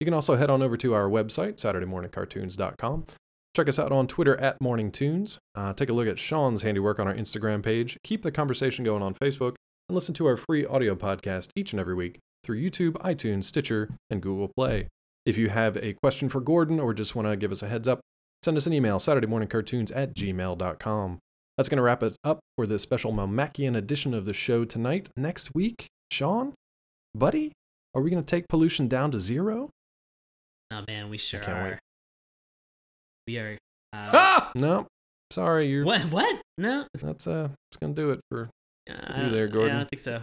S2: You can also head on over to our website, SaturdayMorningCartoons.com. Check us out on Twitter at Morning Tunes. Uh, take a look at Sean's handiwork on our Instagram page. Keep the conversation going on Facebook and listen to our free audio podcast each and every week through YouTube, iTunes, Stitcher, and Google Play. If you have a question for Gordon or just want to give us a heads up, send us an email, SaturdayMorningCartoons at gmail.com. That's going to wrap it up for this special Melmacian edition of the show tonight. Next week, Sean, buddy, are we going to take pollution down to zero?
S1: oh man, we sure
S2: can't
S1: are.
S2: wait.
S1: We are. Uh,
S2: Ah! No, sorry, you're.
S1: what? What? No,
S2: That's uh, it's gonna do it for.
S1: I
S2: You
S1: don't-
S2: there,
S1: I
S2: Gordon?
S1: don't think so.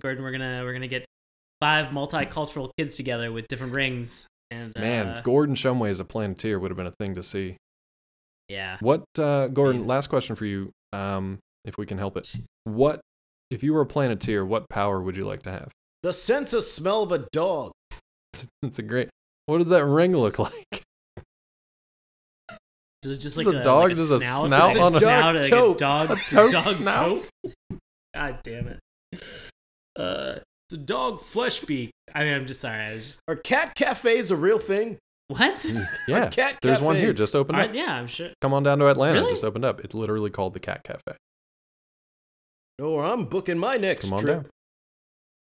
S1: Gordon, we're gonna we're gonna get five multicultural kids together with different rings. And
S2: Man,
S1: uh,
S2: Gordon Shumway as a planeteer would have been a thing to see.
S1: yeah,
S2: What, uh, Gordon?
S1: Yeah.
S2: Last question for you, um, if we can help it. What, if you were a planeteer, what power would you like to have?
S3: The sense of smell of a dog.
S2: It's a great. What does that ring look like?
S1: Does it just
S2: Does
S1: like
S2: a
S1: a
S2: dog-
S1: like
S2: does a
S1: snout,
S2: snout
S1: Like
S2: on a-
S1: snout,
S3: Dog
S1: like
S3: taupe.
S1: a dog,
S2: A taupe
S1: dog
S2: snout?
S1: taupe? God damn it! Uh, it's a dog flesh beak. I mean, I'm just sorry. I was just
S3: Are cat cafes a real thing?
S1: what?
S2: Yeah,
S3: cat
S2: there's one here.
S3: cafes.
S2: Just opened
S1: Alright,
S2: up.
S1: yeah, I'm sure.
S2: Come on down to Atlanta.
S1: Really?
S2: Just opened up. It's literally called the Cat Cafe.
S3: Or Oh, I'm booking my next
S2: Come on
S3: trip.
S2: down.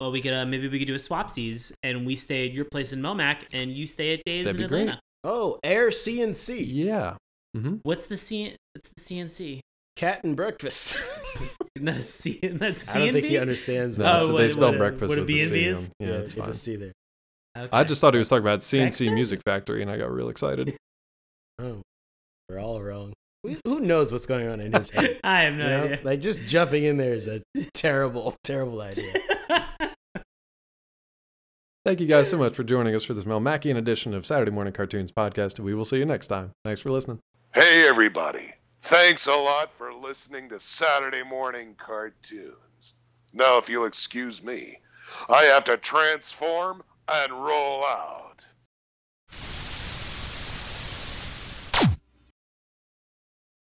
S1: Well, we could uh, maybe we could do a swapsies, and we stay at your place in Melmac, and you stay at Dave's
S2: That'd
S1: in
S2: be great.
S1: Atlanta.
S3: Oh, Air CNC.
S2: Yeah. Mm-hmm.
S1: What's the C? What's the CNC?
S3: Cat and breakfast.
S1: Isn't that a C? Isn't that
S3: I don't think
S1: CNB?
S3: he understands,
S2: No,
S1: Oh,
S3: man.
S2: it's-
S1: what-
S2: they spell
S1: what a-
S2: breakfast
S1: what a
S2: with a C.
S1: B&B
S2: on-
S1: is?
S2: Yeah,
S3: yeah,
S2: it's
S3: get
S2: fine.
S3: to see there.
S1: Okay.
S2: I just thought he was talking about CNC
S1: Breakfast?
S2: Music Factory, and I got real excited.
S3: Oh, we're all wrong. We, who knows what's going on in his head?
S1: I have no
S3: you know?
S1: idea.
S3: Like just jumping in there is a terrible, terrible idea.
S2: Thank you guys so much for joining us for this Melmacian edition of Saturday Morning Cartoons podcast. We will see you next time. Thanks for listening.
S4: Hey, everybody. Thanks a lot for listening to Saturday Morning Cartoons. Now, if you'll excuse me, I have to transform and roll out.